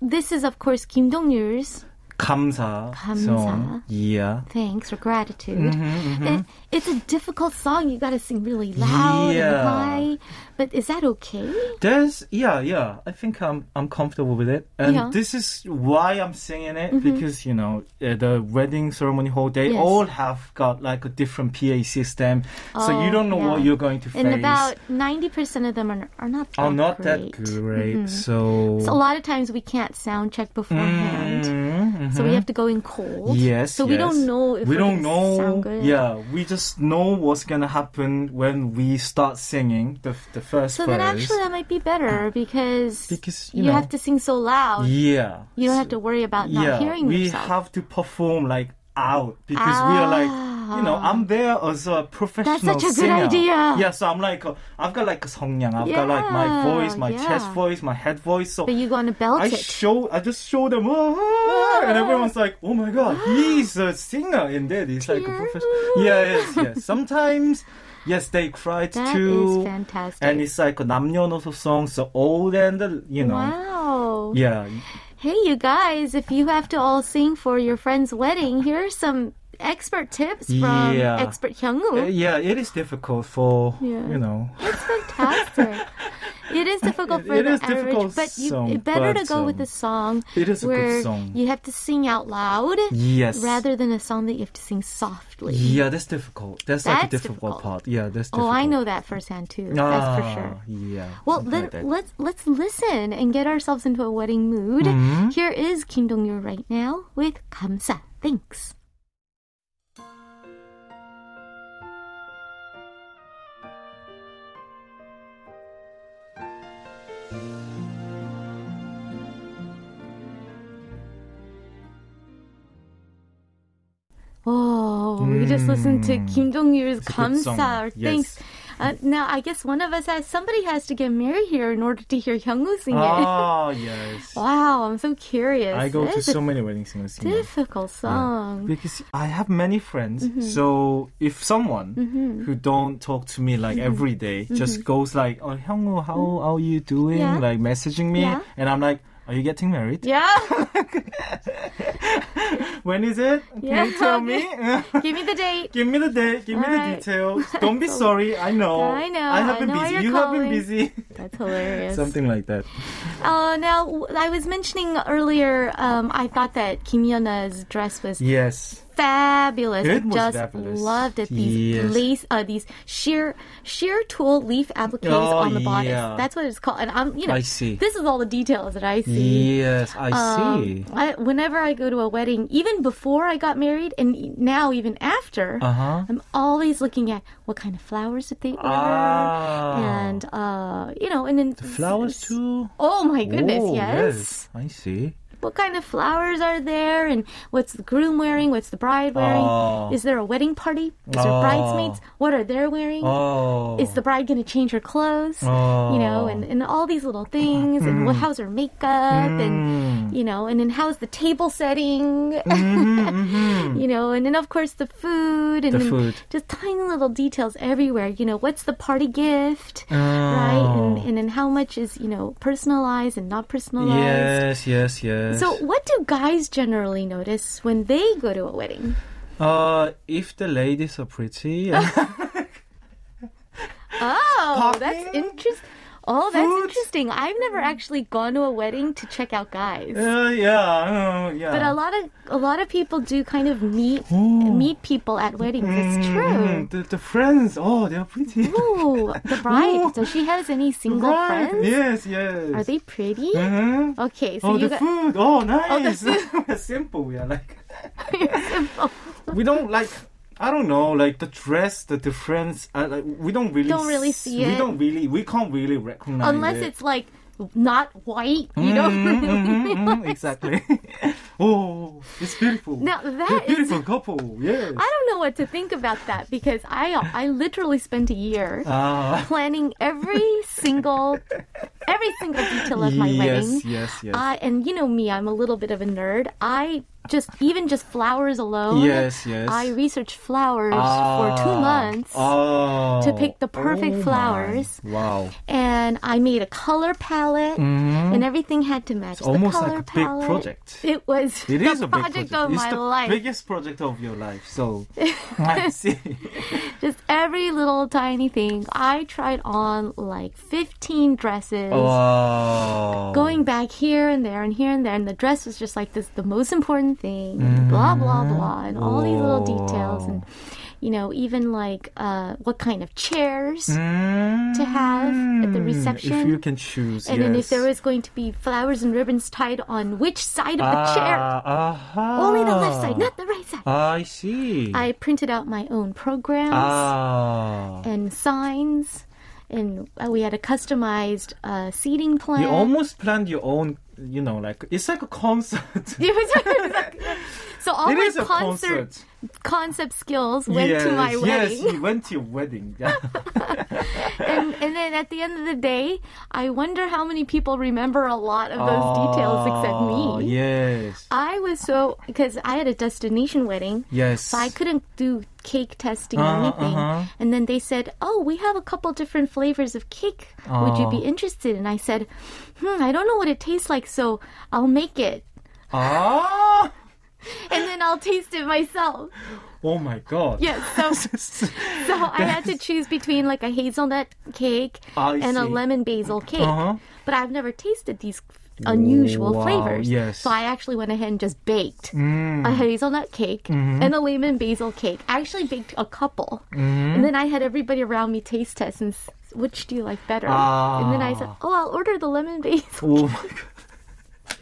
[SPEAKER 1] this is, of course, Kim Dong Yul's
[SPEAKER 4] 감사
[SPEAKER 1] 감사.
[SPEAKER 4] song. yeah
[SPEAKER 1] thanks or gratitude.
[SPEAKER 4] Mm-hmm,
[SPEAKER 1] It, it's a difficult song. You got to sing really loud
[SPEAKER 4] Yeah.
[SPEAKER 1] and high. But is that okay?
[SPEAKER 4] there's yeah yeah i think i'm i'm comfortable with it and
[SPEAKER 1] Yeah. Mm-hmm.
[SPEAKER 4] this is why i'm singing it because you know uh, the wedding ceremony hall they
[SPEAKER 1] Yes.
[SPEAKER 4] all have got like a different pa system so you
[SPEAKER 1] Oh,
[SPEAKER 4] don't know what
[SPEAKER 1] yeah.
[SPEAKER 4] you're going to face
[SPEAKER 1] And about 90% of them are, are not that
[SPEAKER 4] Oh, not
[SPEAKER 1] great.
[SPEAKER 4] that great. So,
[SPEAKER 1] So a lot of times we can't sound check beforehand.
[SPEAKER 4] Mhm,
[SPEAKER 1] So we have to go in cold.
[SPEAKER 4] mm-hmm. yes.
[SPEAKER 1] So we
[SPEAKER 4] yes.
[SPEAKER 1] don't know if
[SPEAKER 4] we
[SPEAKER 1] we're
[SPEAKER 4] don't
[SPEAKER 1] gonna
[SPEAKER 4] know.
[SPEAKER 1] Sound good.
[SPEAKER 4] Yeah, we just know what's gonna happen when we start singing the the first
[SPEAKER 1] So
[SPEAKER 4] verse.
[SPEAKER 1] then actually that might be better because
[SPEAKER 4] Mm. Because,
[SPEAKER 1] you,
[SPEAKER 4] you know,
[SPEAKER 1] have to sing so loud.
[SPEAKER 4] yeah,
[SPEAKER 1] uh, You don't have to worry about not
[SPEAKER 4] yeah,
[SPEAKER 1] hearing
[SPEAKER 4] we
[SPEAKER 1] yourself.
[SPEAKER 4] have to perform like out because we are like you know I'm there as a professional.
[SPEAKER 1] Ah. a good
[SPEAKER 4] singer.
[SPEAKER 1] idea.
[SPEAKER 4] Yeah, so I'm like uh, I've got like a songyang. I've got like
[SPEAKER 1] Yeah,
[SPEAKER 4] my voice, my chest
[SPEAKER 1] yeah.
[SPEAKER 4] voice, my head voice. So
[SPEAKER 1] but you're going to belt
[SPEAKER 4] I
[SPEAKER 1] it.
[SPEAKER 4] show, I just show them, "Ah," and everyone's like, "Oh my god, he's a singer!" And then he's like a professional. Yeah, yes, yes. Sometimes, yes, they cried
[SPEAKER 1] That is
[SPEAKER 4] too,
[SPEAKER 1] fantastic.
[SPEAKER 4] and it's like a 남녀노소 song, so old and uh, you know,
[SPEAKER 1] wow.
[SPEAKER 4] yeah,
[SPEAKER 1] Hey, you guys, if you have to all sing for your friend's wedding, here are some expert tips from
[SPEAKER 4] Yeah.
[SPEAKER 1] expert
[SPEAKER 4] Uh,
[SPEAKER 1] Hyungwoo.
[SPEAKER 4] yeah, it is difficult for
[SPEAKER 1] Yeah.
[SPEAKER 4] you know.
[SPEAKER 1] It's fantastic. It is difficult
[SPEAKER 4] It-
[SPEAKER 1] for
[SPEAKER 4] it
[SPEAKER 1] the
[SPEAKER 4] is
[SPEAKER 1] average,
[SPEAKER 4] difficult
[SPEAKER 1] but you,
[SPEAKER 4] song,
[SPEAKER 1] it better
[SPEAKER 4] but,
[SPEAKER 1] to go with
[SPEAKER 4] um,
[SPEAKER 1] a song
[SPEAKER 4] it is a good
[SPEAKER 1] where
[SPEAKER 4] song.
[SPEAKER 1] you have to sing out loud
[SPEAKER 4] Yes.
[SPEAKER 1] rather than a song that you have to sing softly.
[SPEAKER 4] Yeah, that's difficult. That's, like a
[SPEAKER 1] That's
[SPEAKER 4] difficult,
[SPEAKER 1] difficult.
[SPEAKER 4] part. Yeah, that's
[SPEAKER 1] Oh,
[SPEAKER 4] difficult.
[SPEAKER 1] I know that firsthand too. That's for sure.
[SPEAKER 4] Ah, Yeah.
[SPEAKER 1] Well,
[SPEAKER 4] something
[SPEAKER 1] then
[SPEAKER 4] like that.
[SPEAKER 1] let's let's listen and get ourselves into a wedding mood.
[SPEAKER 4] Mm-hmm.
[SPEAKER 1] Here is Kim Dong Yoo right now with "감사." Thanks. Oh, we just listened to Kim Dong Yu's
[SPEAKER 4] Mm, It's a good song.
[SPEAKER 1] "감사" or "Thanks."
[SPEAKER 4] Yes.
[SPEAKER 1] Uh, now, I guess one of us has somebody has to get married here in order to hear Hyungwoo sing it.
[SPEAKER 4] Ah, yes.
[SPEAKER 1] wow, I'm so curious.
[SPEAKER 4] I go
[SPEAKER 1] That
[SPEAKER 4] to
[SPEAKER 1] is a
[SPEAKER 4] so many weddings in Singapore.
[SPEAKER 1] difficult song.
[SPEAKER 4] Because I have many friends,
[SPEAKER 1] Mm-hmm.
[SPEAKER 4] so if someone who don't talk to me
[SPEAKER 1] Mm-hmm.
[SPEAKER 4] like every day just goes like, "Oh, Hyungwoo, how are you doing?"
[SPEAKER 1] Yeah.
[SPEAKER 4] like messaging me,
[SPEAKER 1] Yeah.
[SPEAKER 4] and I'm like, "Are you getting married?
[SPEAKER 1] Yeah,
[SPEAKER 4] When is it?
[SPEAKER 1] Yeah,
[SPEAKER 4] Can you tell me?"
[SPEAKER 1] give me the date.
[SPEAKER 4] Give me the date. Give me the
[SPEAKER 1] Alright.
[SPEAKER 4] details. Don't be sorry. I know.
[SPEAKER 1] I know,
[SPEAKER 4] I have
[SPEAKER 1] I
[SPEAKER 4] been
[SPEAKER 1] know why
[SPEAKER 4] busy.
[SPEAKER 1] you're
[SPEAKER 4] You have
[SPEAKER 1] calling.
[SPEAKER 4] been busy.
[SPEAKER 1] That's hilarious.
[SPEAKER 4] Something like that.
[SPEAKER 1] Uh, now, w- I was mentioning earlier. Um, I thought that Kim Yona's dress was
[SPEAKER 4] Yes.
[SPEAKER 1] fabulous.
[SPEAKER 4] It
[SPEAKER 1] I
[SPEAKER 4] was
[SPEAKER 1] just
[SPEAKER 4] fabulous.
[SPEAKER 1] loved it. These
[SPEAKER 4] Yes.
[SPEAKER 1] lace, uh, these sheer sheer tulle leaf appliques
[SPEAKER 4] Oh,
[SPEAKER 1] on the bodice.
[SPEAKER 4] yeah.
[SPEAKER 1] That's what it's called. And I'm, you know,
[SPEAKER 4] I see.
[SPEAKER 1] This is all the details that I see.
[SPEAKER 4] Yes, I
[SPEAKER 1] Um,
[SPEAKER 4] see.
[SPEAKER 1] I, whenever I go to a wedding, even before I got married, and e- now even after,
[SPEAKER 4] Uh huh.
[SPEAKER 1] I'm always looking at what kind of flowers did they order,
[SPEAKER 4] Ah.
[SPEAKER 1] and uh, you know, and then the
[SPEAKER 4] Flowers too.
[SPEAKER 1] Oh my goodness!
[SPEAKER 4] Oh,
[SPEAKER 1] yes.
[SPEAKER 4] I see.
[SPEAKER 1] What kind of flowers are there, and what's the groom wearing? What's the bride wearing?
[SPEAKER 4] Oh.
[SPEAKER 1] Is there a wedding party? Is there
[SPEAKER 4] Oh.
[SPEAKER 1] bridesmaids? What are they wearing?
[SPEAKER 4] Oh.
[SPEAKER 1] Is the bride going to change her clothes?
[SPEAKER 4] Oh. Mm-hmm.
[SPEAKER 1] You know, and, and all these little things, and what, how's her makeup,
[SPEAKER 4] Mm.
[SPEAKER 1] and you know, and then how's the table setting, you know, and then of course the food, and
[SPEAKER 4] Mm-hmm. The
[SPEAKER 1] then
[SPEAKER 4] food.
[SPEAKER 1] just tiny little details everywhere. You know, what's the party gift, right?
[SPEAKER 4] Oh.
[SPEAKER 1] And, and then how much is you know personalized and not personalized.
[SPEAKER 4] Yes, yes, yes.
[SPEAKER 1] So, what do guys generally notice when they go to a wedding?
[SPEAKER 4] uh, if the ladies are pretty,
[SPEAKER 1] Oh, that's
[SPEAKER 4] Parking,
[SPEAKER 1] interesting. Oh, that's
[SPEAKER 4] food.
[SPEAKER 1] interesting. I've never actually gone to a wedding to check out guys.
[SPEAKER 4] uh, yeah, uh, yeah.
[SPEAKER 1] But a lot of a lot of people do kind of meet
[SPEAKER 4] Ooh.
[SPEAKER 1] meet people at weddings. It's true.
[SPEAKER 4] Mm, the, the friends, oh, they are pretty.
[SPEAKER 1] Ooh, the bride. Does she has any single
[SPEAKER 4] right.
[SPEAKER 1] friends?
[SPEAKER 4] Yes, yes.
[SPEAKER 1] Are they pretty?
[SPEAKER 4] Mhm.
[SPEAKER 1] Okay, so
[SPEAKER 4] Oh,
[SPEAKER 1] you got
[SPEAKER 4] the food. Oh, nice. We're simple. We are like. we don't like. I don't know, like the dress, the difference. I, like, we don't really.
[SPEAKER 1] Don't really
[SPEAKER 4] s-
[SPEAKER 1] see
[SPEAKER 4] We
[SPEAKER 1] it.
[SPEAKER 4] don't really. We can't really recognize.
[SPEAKER 1] unless
[SPEAKER 4] it.
[SPEAKER 1] it's like not white, you don't
[SPEAKER 4] Mhm, mhm,
[SPEAKER 1] really
[SPEAKER 4] mhm, exactly. oh, it's beautiful.
[SPEAKER 1] Now, that
[SPEAKER 4] They're
[SPEAKER 1] is-
[SPEAKER 4] beautiful couple. Yes.
[SPEAKER 1] I don't know what to think about that because I I literally spent a year
[SPEAKER 4] Ah.
[SPEAKER 1] planning every single every single detail of my wedding.
[SPEAKER 4] yes, yes, yes.
[SPEAKER 1] I and you know me, I'm a little bit of a nerd. I just even just flowers alone.
[SPEAKER 4] Yes, yes.
[SPEAKER 1] I researched flowers for two
[SPEAKER 4] Ah.
[SPEAKER 1] months.
[SPEAKER 4] Oh.
[SPEAKER 1] to pick the perfect
[SPEAKER 4] Oh, my.
[SPEAKER 1] flowers.
[SPEAKER 4] Wow.
[SPEAKER 1] And I made a color palette, and everything had to match
[SPEAKER 4] Mm-hmm. It's
[SPEAKER 1] the
[SPEAKER 4] almost
[SPEAKER 1] color
[SPEAKER 4] like a big
[SPEAKER 1] palette.
[SPEAKER 4] project.
[SPEAKER 1] It was
[SPEAKER 4] It
[SPEAKER 1] the
[SPEAKER 4] is a big project.
[SPEAKER 1] of
[SPEAKER 4] it's
[SPEAKER 1] my
[SPEAKER 4] the
[SPEAKER 1] life.
[SPEAKER 4] biggest project of your life. So I see.
[SPEAKER 1] Just every little tiny thing. I tried on like 15 dresses.
[SPEAKER 4] Oh, Wow.
[SPEAKER 1] going back here and there and here and there and the dress was just like this the most important thing and blah blah
[SPEAKER 4] Mm-hmm.
[SPEAKER 1] blah and all these little details and you know even like uh, what kind of chairs to have at the
[SPEAKER 4] Mm, If
[SPEAKER 1] reception
[SPEAKER 4] you can choose,
[SPEAKER 1] and
[SPEAKER 4] yes.
[SPEAKER 1] then if there was going to be flowers and ribbons tied on which side of the
[SPEAKER 4] ah,
[SPEAKER 1] chair
[SPEAKER 4] aha.
[SPEAKER 1] only the left side not the right side
[SPEAKER 4] I see.
[SPEAKER 1] i printed out my own programs
[SPEAKER 4] ah.
[SPEAKER 1] and signs and uh, we had a customized uh, seating plan
[SPEAKER 4] You almost planned your own. You know, like it's like a concert.
[SPEAKER 1] It was- it was like- so all
[SPEAKER 4] It
[SPEAKER 1] my
[SPEAKER 4] is a
[SPEAKER 1] concert,
[SPEAKER 4] concert.
[SPEAKER 1] concept skills went
[SPEAKER 4] yes,
[SPEAKER 1] to my
[SPEAKER 4] Yes,
[SPEAKER 1] wedding,
[SPEAKER 4] you went to your wedding.
[SPEAKER 1] and, and then at the end of the day, I wonder how many people remember a lot of those details
[SPEAKER 4] Oh,
[SPEAKER 1] except me.
[SPEAKER 4] Ah, Yes.
[SPEAKER 1] I was so because I had a destination wedding,
[SPEAKER 4] Yes.
[SPEAKER 1] so I couldn't do cake testing or
[SPEAKER 4] Uh,
[SPEAKER 1] anything.
[SPEAKER 4] uh-huh.
[SPEAKER 1] And then they said, "Oh, we have a couple different flavors of cake. Would you
[SPEAKER 4] Oh.
[SPEAKER 1] be interested?" And I said, "Hmm, I don't know what it tastes like, so I'll make it
[SPEAKER 4] Ah!
[SPEAKER 1] and then I'll taste it myself.
[SPEAKER 4] Oh my god.
[SPEAKER 1] Yes, so so I had to choose between like a hazelnut cake
[SPEAKER 4] I
[SPEAKER 1] and a
[SPEAKER 4] see.
[SPEAKER 1] lemon basil cake.
[SPEAKER 4] Uh-huh.
[SPEAKER 1] But I've never tasted these unusual
[SPEAKER 4] Wow,
[SPEAKER 1] flavors.
[SPEAKER 4] yes. Mm.
[SPEAKER 1] So I actually went ahead and just baked a hazelnut cake
[SPEAKER 4] Mm-hmm.
[SPEAKER 1] and a lemon basil cake. I actually baked a couple.
[SPEAKER 4] Mm-hmm.
[SPEAKER 1] And then I had everybody around me taste test and s- which do you like better? And then I said,
[SPEAKER 4] Ah.
[SPEAKER 1] "Oh, I'll order the lemon basil."
[SPEAKER 4] Oh my god.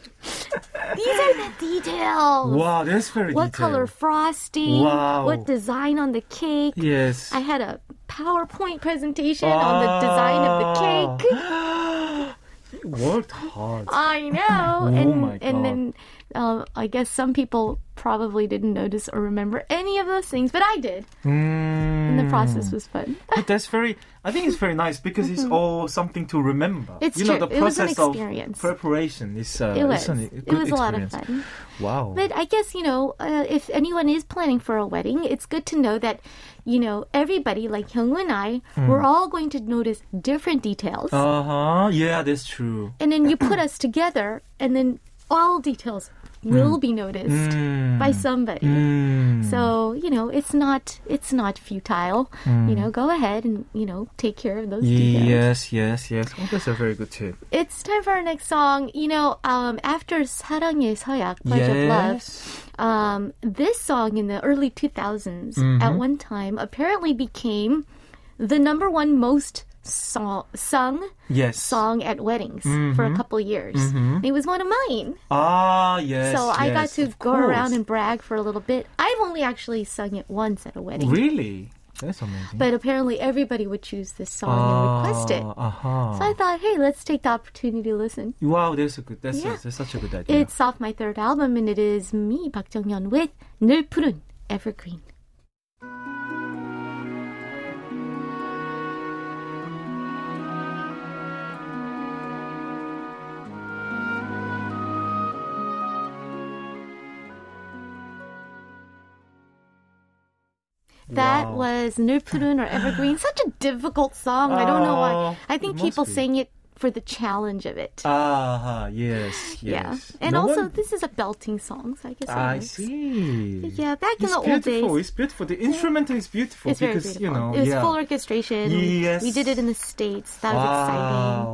[SPEAKER 1] These are the details.
[SPEAKER 4] Wow, that's very
[SPEAKER 1] What
[SPEAKER 4] detailed.
[SPEAKER 1] color frosting?
[SPEAKER 4] Wow.
[SPEAKER 1] What design on the cake?
[SPEAKER 4] Yes.
[SPEAKER 1] I had a PowerPoint presentation on the design of the cake.
[SPEAKER 4] cake. Ah. Worked hard.
[SPEAKER 1] I know.
[SPEAKER 4] Ah. Oh
[SPEAKER 1] and
[SPEAKER 4] my
[SPEAKER 1] and
[SPEAKER 4] God.
[SPEAKER 1] then uh, I guess some people probably didn't notice or remember any of those things, but I did. And the
[SPEAKER 4] Hmm.
[SPEAKER 1] process was fun.
[SPEAKER 4] Mm, But that's very. I think it's very nice because it's all something to remember.
[SPEAKER 1] Mm-hmm. It's
[SPEAKER 4] you know
[SPEAKER 1] true.
[SPEAKER 4] the
[SPEAKER 1] It was an
[SPEAKER 4] process
[SPEAKER 1] experience.
[SPEAKER 4] of preparation is. Uh,
[SPEAKER 1] It was.
[SPEAKER 4] Is an,
[SPEAKER 1] it
[SPEAKER 4] good
[SPEAKER 1] was a lot of
[SPEAKER 4] experience.
[SPEAKER 1] fun.
[SPEAKER 4] Wow.
[SPEAKER 1] But I guess, you know, uh, if anyone is planning for a wedding, it's good to know that, you know, everybody, like Hyungwoo and I,
[SPEAKER 4] Hmm.
[SPEAKER 1] we're all going to notice different details.
[SPEAKER 4] uh huh. Yeah, that's true.
[SPEAKER 1] and then you put us together, and then all details
[SPEAKER 4] Hmm.
[SPEAKER 1] will be noticed
[SPEAKER 4] Mm.
[SPEAKER 1] by somebody. So you know, it's not it's not futile. You
[SPEAKER 4] Mm.
[SPEAKER 1] know, go ahead and you know take care of those details.
[SPEAKER 4] Yes, yes, yes. Oh, that's a very good tip.
[SPEAKER 1] It's time for our next song. You know, um, after 사랑의 서약, Pledge of Love,
[SPEAKER 4] yes.
[SPEAKER 1] um, this song in the early 2000s at
[SPEAKER 4] Mm-hmm.
[SPEAKER 1] one time apparently became the number one most song, sung
[SPEAKER 4] Yes.
[SPEAKER 1] song at weddings for
[SPEAKER 4] Mm-hmm.
[SPEAKER 1] a couple years. It was one of mine.
[SPEAKER 4] Ah, Mm-hmm. yes.
[SPEAKER 1] so I got
[SPEAKER 4] yes,
[SPEAKER 1] to
[SPEAKER 4] of
[SPEAKER 1] go around
[SPEAKER 4] course.
[SPEAKER 1] and brag for a little bit. I've only actually sung it once at a wedding.
[SPEAKER 4] Really? That's amazing.
[SPEAKER 1] But apparently everybody would choose this song and request it.
[SPEAKER 4] Uh huh.
[SPEAKER 1] So I thought, hey, let's take the opportunity to listen.
[SPEAKER 4] Wow, that's a good. That's,
[SPEAKER 1] Yeah.
[SPEAKER 4] a, that's such a good idea.
[SPEAKER 1] It's off my third album, and it is me, Park Jonghyun, with 늘 푸른 Evergreen. That
[SPEAKER 4] Wow.
[SPEAKER 1] was 늘 푸른 or Evergreen. Such a difficult song. I don't know why.
[SPEAKER 4] Oh,
[SPEAKER 1] I think
[SPEAKER 4] it must
[SPEAKER 1] people
[SPEAKER 4] be.
[SPEAKER 1] sang it for the challenge of it.
[SPEAKER 4] Ah, huh, yes, yes.
[SPEAKER 1] Yeah. And
[SPEAKER 4] No
[SPEAKER 1] also,
[SPEAKER 4] one-
[SPEAKER 1] this is a belting song, so I guess it
[SPEAKER 4] I
[SPEAKER 1] works.
[SPEAKER 4] see.
[SPEAKER 1] Yeah, back in
[SPEAKER 4] It's
[SPEAKER 1] the old
[SPEAKER 4] beautiful.
[SPEAKER 1] days.
[SPEAKER 4] It's beautiful. The instrumental is beautiful
[SPEAKER 1] It's very
[SPEAKER 4] because
[SPEAKER 1] beautiful.
[SPEAKER 4] you know.
[SPEAKER 1] it was
[SPEAKER 4] yeah.
[SPEAKER 1] full orchestration. We-
[SPEAKER 4] Yes.
[SPEAKER 1] We did it in the States. That was
[SPEAKER 4] wow.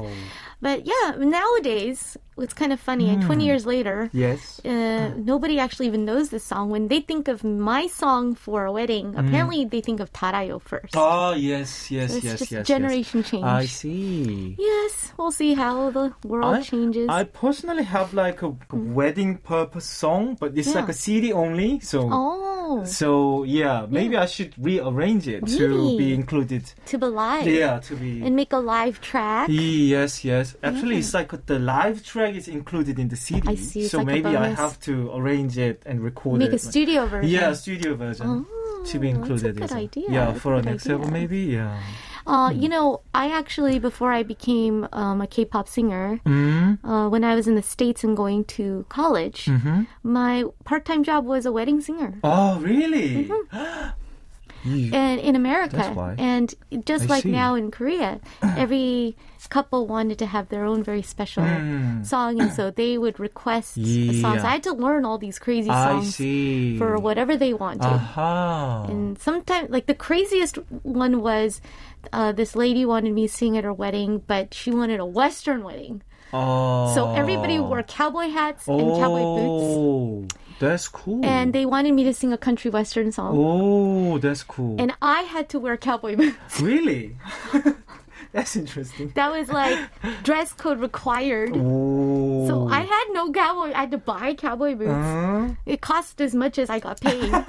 [SPEAKER 1] exciting. But yeah, nowadays, it's kind of funny. and 20
[SPEAKER 4] Hmm.
[SPEAKER 1] years later,
[SPEAKER 4] Yes.
[SPEAKER 1] uh,
[SPEAKER 4] Hmm.
[SPEAKER 1] nobody actually even knows this song. When they think of my song for a wedding, apparently they think of Tarayo first.
[SPEAKER 4] Hmm. Oh yes, yes,
[SPEAKER 1] it's
[SPEAKER 4] yes,
[SPEAKER 1] just
[SPEAKER 4] yes.
[SPEAKER 1] generation change.
[SPEAKER 4] Yes. I see.
[SPEAKER 1] Yes, we'll see how the world
[SPEAKER 4] I,
[SPEAKER 1] changes. Mm.
[SPEAKER 4] I personally have like a wedding purpose song, but it's
[SPEAKER 1] Yeah.
[SPEAKER 4] like a CD only. So,
[SPEAKER 1] oh,
[SPEAKER 4] so yeah, maybe I should rearrange it to
[SPEAKER 1] Really?
[SPEAKER 4] be included.
[SPEAKER 1] to be live
[SPEAKER 4] Yeah, to be.
[SPEAKER 1] and make a live track.
[SPEAKER 4] Yes, yes. Actually, it's like the live track is included in the CD.
[SPEAKER 1] I see, it's
[SPEAKER 4] So
[SPEAKER 1] like a
[SPEAKER 4] maybe I
[SPEAKER 1] bonus.
[SPEAKER 4] have to arrange it and record
[SPEAKER 1] Make
[SPEAKER 4] it.
[SPEAKER 1] a studio version.
[SPEAKER 4] Yeah, studio version. to be
[SPEAKER 1] Oh, that's a
[SPEAKER 4] included.
[SPEAKER 1] good
[SPEAKER 4] as well.
[SPEAKER 1] idea.
[SPEAKER 4] Yeah,
[SPEAKER 1] That's
[SPEAKER 4] for
[SPEAKER 1] a
[SPEAKER 4] an
[SPEAKER 1] good
[SPEAKER 4] next album,
[SPEAKER 1] idea.
[SPEAKER 4] maybe. Yeah.
[SPEAKER 1] Uh, You know, I actually, before I became um, a K pop singer,
[SPEAKER 4] Mm-hmm,
[SPEAKER 1] uh, when I was in the States and going to college,
[SPEAKER 4] Hmm.
[SPEAKER 1] my part time job was a wedding singer.
[SPEAKER 4] mm-hmm. Oh, really?
[SPEAKER 1] Mm-hmm.
[SPEAKER 4] You-
[SPEAKER 1] And in America,
[SPEAKER 4] That's why.
[SPEAKER 1] and just
[SPEAKER 4] I
[SPEAKER 1] like
[SPEAKER 4] see.
[SPEAKER 1] now in Korea, every couple wanted to have their own very special song, and so they would request the songs.
[SPEAKER 4] Hmm.
[SPEAKER 1] I
[SPEAKER 4] Yeah.
[SPEAKER 1] had to learn all these crazy
[SPEAKER 4] I
[SPEAKER 1] songs
[SPEAKER 4] see. Ah.
[SPEAKER 1] for whatever they wanted.
[SPEAKER 4] Aha.
[SPEAKER 1] And sometimes, like the craziest one was, uh, this lady wanted me to sing at her wedding, but she wanted a Western wedding.
[SPEAKER 4] oh.
[SPEAKER 1] So everybody wore cowboy hats and cowboy boots,
[SPEAKER 4] Oh, that's cool.
[SPEAKER 1] and they wanted me to sing a country western song,
[SPEAKER 4] Oh, that's cool.
[SPEAKER 1] and I had to wear cowboy boots.
[SPEAKER 4] really? that's interesting.
[SPEAKER 1] That was like dress code required.
[SPEAKER 4] Oh.
[SPEAKER 1] So I had no cowboy. I had to buy cowboy boots.
[SPEAKER 4] Huh?
[SPEAKER 1] It cost as much as I got paid, and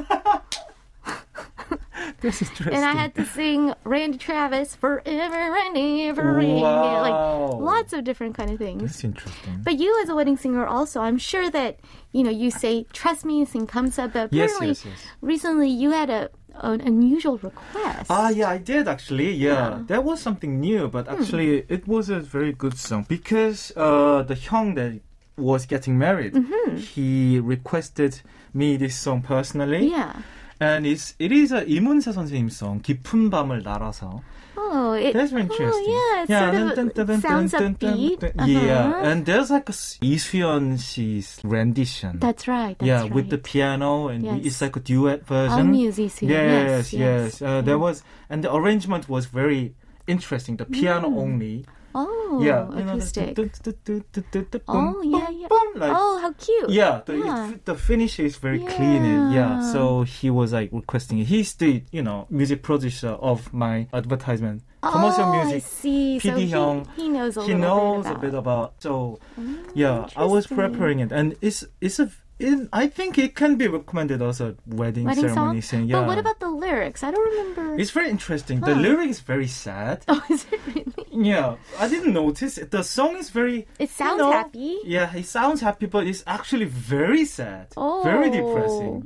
[SPEAKER 4] That's interesting.
[SPEAKER 1] I had to sing Randy Travis forever and ever, and ever,"
[SPEAKER 4] Wow.
[SPEAKER 1] like lots of different kind of things.
[SPEAKER 4] That's interesting.
[SPEAKER 1] But you, as a wedding singer, also, I'm sure that you know you say trust me, sing kamsa, but
[SPEAKER 4] Yes,
[SPEAKER 1] apparently
[SPEAKER 4] yes, yes.
[SPEAKER 1] recently you had a an unusual request.
[SPEAKER 4] Ah, yeah, I did actually. Yeah, that was something new, but
[SPEAKER 1] Hmm.
[SPEAKER 4] actually, it was a very good song because uh, the Hyung that
[SPEAKER 1] Mm-hmm.
[SPEAKER 4] was getting married, he requested me this song personally.
[SPEAKER 1] yeah,
[SPEAKER 4] And it's, it is a 이문세 선생님 song, 깊은 밤을 날아서.
[SPEAKER 1] Oh, it,
[SPEAKER 4] That's very interesting.
[SPEAKER 1] Oh, yeah, it's sort
[SPEAKER 4] dun,
[SPEAKER 1] of
[SPEAKER 4] dun, dun,
[SPEAKER 1] sounds
[SPEAKER 4] dun, dun,
[SPEAKER 1] upbeat.
[SPEAKER 4] dun, dun. Yeah,
[SPEAKER 1] Uh-huh.
[SPEAKER 4] and there's like a s- Isuyeon she's rendition.
[SPEAKER 1] That's right. That's
[SPEAKER 4] yeah,
[SPEAKER 1] right.
[SPEAKER 4] with the piano and
[SPEAKER 1] Yes.
[SPEAKER 4] it's like a duet version.
[SPEAKER 1] All music. yeah.
[SPEAKER 4] Yes, yes.
[SPEAKER 1] Yes, yes.
[SPEAKER 4] Uh, There was and the arrangement was very interesting. The piano only.
[SPEAKER 1] Mm. Oh,
[SPEAKER 4] yeah, you know, the
[SPEAKER 1] acoustic.
[SPEAKER 4] dun, dun, dun, dun, dun, dun,
[SPEAKER 1] Oh,
[SPEAKER 4] boom,
[SPEAKER 1] yeah,
[SPEAKER 4] boom,
[SPEAKER 1] yeah.
[SPEAKER 4] boom, like-
[SPEAKER 1] oh, how cute.
[SPEAKER 4] yeah, the,
[SPEAKER 1] Yeah.
[SPEAKER 4] it- the finish is very clean. and-
[SPEAKER 1] Yeah.
[SPEAKER 4] Yeah, so he was like requesting. it. He's the you know music producer of my advertisement, commercial
[SPEAKER 1] oh, I
[SPEAKER 4] music.
[SPEAKER 1] see. so he,
[SPEAKER 4] PD Hyung,
[SPEAKER 1] he knows a
[SPEAKER 4] He
[SPEAKER 1] little
[SPEAKER 4] knows
[SPEAKER 1] bit
[SPEAKER 4] a
[SPEAKER 1] about.
[SPEAKER 4] bit about. So yeah, I was
[SPEAKER 1] interesting.
[SPEAKER 4] preparing it, and it's it's a. It, I think it can be recommended as a wedding,
[SPEAKER 1] wedding
[SPEAKER 4] ceremony
[SPEAKER 1] song.
[SPEAKER 4] thing. Yeah.
[SPEAKER 1] But what about the lyrics? I don't remember.
[SPEAKER 4] It's very interesting. The
[SPEAKER 1] Huh.
[SPEAKER 4] lyric is very sad.
[SPEAKER 1] oh, is it really?
[SPEAKER 4] Yeah, I didn't notice. it. The song is very.
[SPEAKER 1] It sounds
[SPEAKER 4] know,
[SPEAKER 1] happy.
[SPEAKER 4] Yeah, it sounds happy, but it's actually very sad. Very depressing.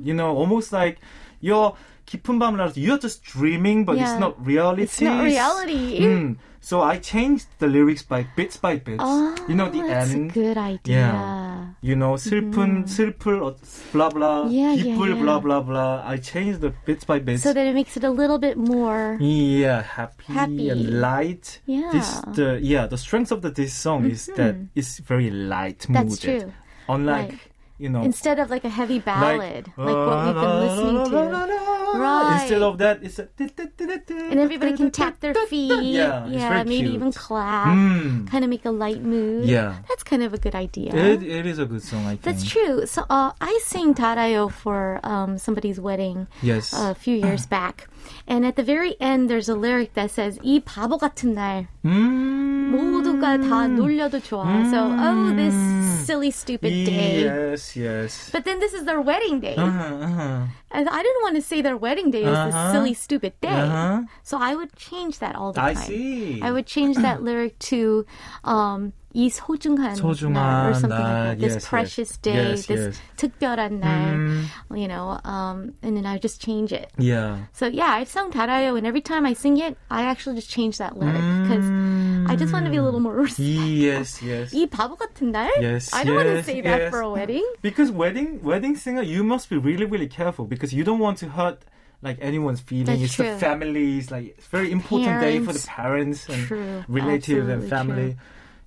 [SPEAKER 1] Oh.
[SPEAKER 4] You know, almost like you're 깊은 밤을 알아서 you're just dreaming, but it's
[SPEAKER 1] Yeah.
[SPEAKER 4] not reality.
[SPEAKER 1] It's not reality.
[SPEAKER 4] Mm. So I changed the lyrics by bits by bits.
[SPEAKER 1] Oh,
[SPEAKER 4] you know the
[SPEAKER 1] that's a
[SPEAKER 4] end.
[SPEAKER 1] good idea.
[SPEAKER 4] Yeah. You know 슬픈 슬플 어, blah blah
[SPEAKER 1] Yeah, yeah,
[SPEAKER 4] 기쁠
[SPEAKER 1] yeah.
[SPEAKER 4] blah blah blah. I changed the bits by bits.
[SPEAKER 1] So that it makes it a little bit more.
[SPEAKER 4] Yeah, happy,
[SPEAKER 1] Happy.
[SPEAKER 4] and light.
[SPEAKER 1] Yeah. Mm-hmm.
[SPEAKER 4] This the yeah, the strength of the this song is that it's very light mooded.
[SPEAKER 1] That's true.
[SPEAKER 4] Unlike
[SPEAKER 1] Right.
[SPEAKER 4] you know
[SPEAKER 1] Instead of like a heavy
[SPEAKER 4] like, uh,
[SPEAKER 1] ballad, like, what we've been listening to. Right.
[SPEAKER 4] Instead of that it's a
[SPEAKER 1] And everybody can tap their feet.
[SPEAKER 4] Yeah, it's very
[SPEAKER 1] maybe
[SPEAKER 4] cute.
[SPEAKER 1] even clap.
[SPEAKER 4] Mm.
[SPEAKER 1] Kind of make a light mood.
[SPEAKER 4] Yeah.
[SPEAKER 1] That's kind of a good idea.
[SPEAKER 4] It, it is a good song I think.
[SPEAKER 1] That's true. So uh, I sang Tarayo for um, somebody's wedding
[SPEAKER 4] Yes.
[SPEAKER 1] a few years back. And at the very end, there's a lyric that says, 이 바보 같은 날
[SPEAKER 4] Mm.
[SPEAKER 1] 모두가 다 놀려도 좋아. So, oh, this silly, stupid day.
[SPEAKER 4] Yes, yes.
[SPEAKER 1] But then this is their wedding day.
[SPEAKER 4] Uh-huh, uh-huh.
[SPEAKER 1] And I didn't want to say their wedding day is
[SPEAKER 4] Uh-huh.
[SPEAKER 1] this silly, stupid day.
[SPEAKER 4] Uh-huh.
[SPEAKER 1] So I would change that all the
[SPEAKER 4] I
[SPEAKER 1] time.
[SPEAKER 4] see.
[SPEAKER 1] I would change that lyric to um, 이 소중한,
[SPEAKER 4] 소중한
[SPEAKER 1] 날 or something
[SPEAKER 4] 날.
[SPEAKER 1] like that. This
[SPEAKER 4] Yes, yes.
[SPEAKER 1] precious day,
[SPEAKER 4] Yes, Mm-hmm.
[SPEAKER 1] this
[SPEAKER 4] yes.
[SPEAKER 1] 특별한
[SPEAKER 4] Mm,
[SPEAKER 1] 날, you know, um, and then I would just change it.
[SPEAKER 4] Yeah.
[SPEAKER 1] So yeah, I've sung Tarayo, and every time I sing it, I actually just change that lyric because I just want to be a little more. respectful.
[SPEAKER 4] Yes, yes.
[SPEAKER 1] 이 바보 같은 날?
[SPEAKER 4] Mm. Yes,
[SPEAKER 1] I don't want to
[SPEAKER 4] yes,
[SPEAKER 1] say that
[SPEAKER 4] yes.
[SPEAKER 1] for a wedding.
[SPEAKER 4] Because wedding wedding singer, you must be really really careful because you don't want to hurt like anyone's feeling.
[SPEAKER 1] That's
[SPEAKER 4] it's
[SPEAKER 1] true.
[SPEAKER 4] the families. Like it's very important day for the parents and
[SPEAKER 1] True.
[SPEAKER 4] relative
[SPEAKER 1] Absolutely
[SPEAKER 4] and family.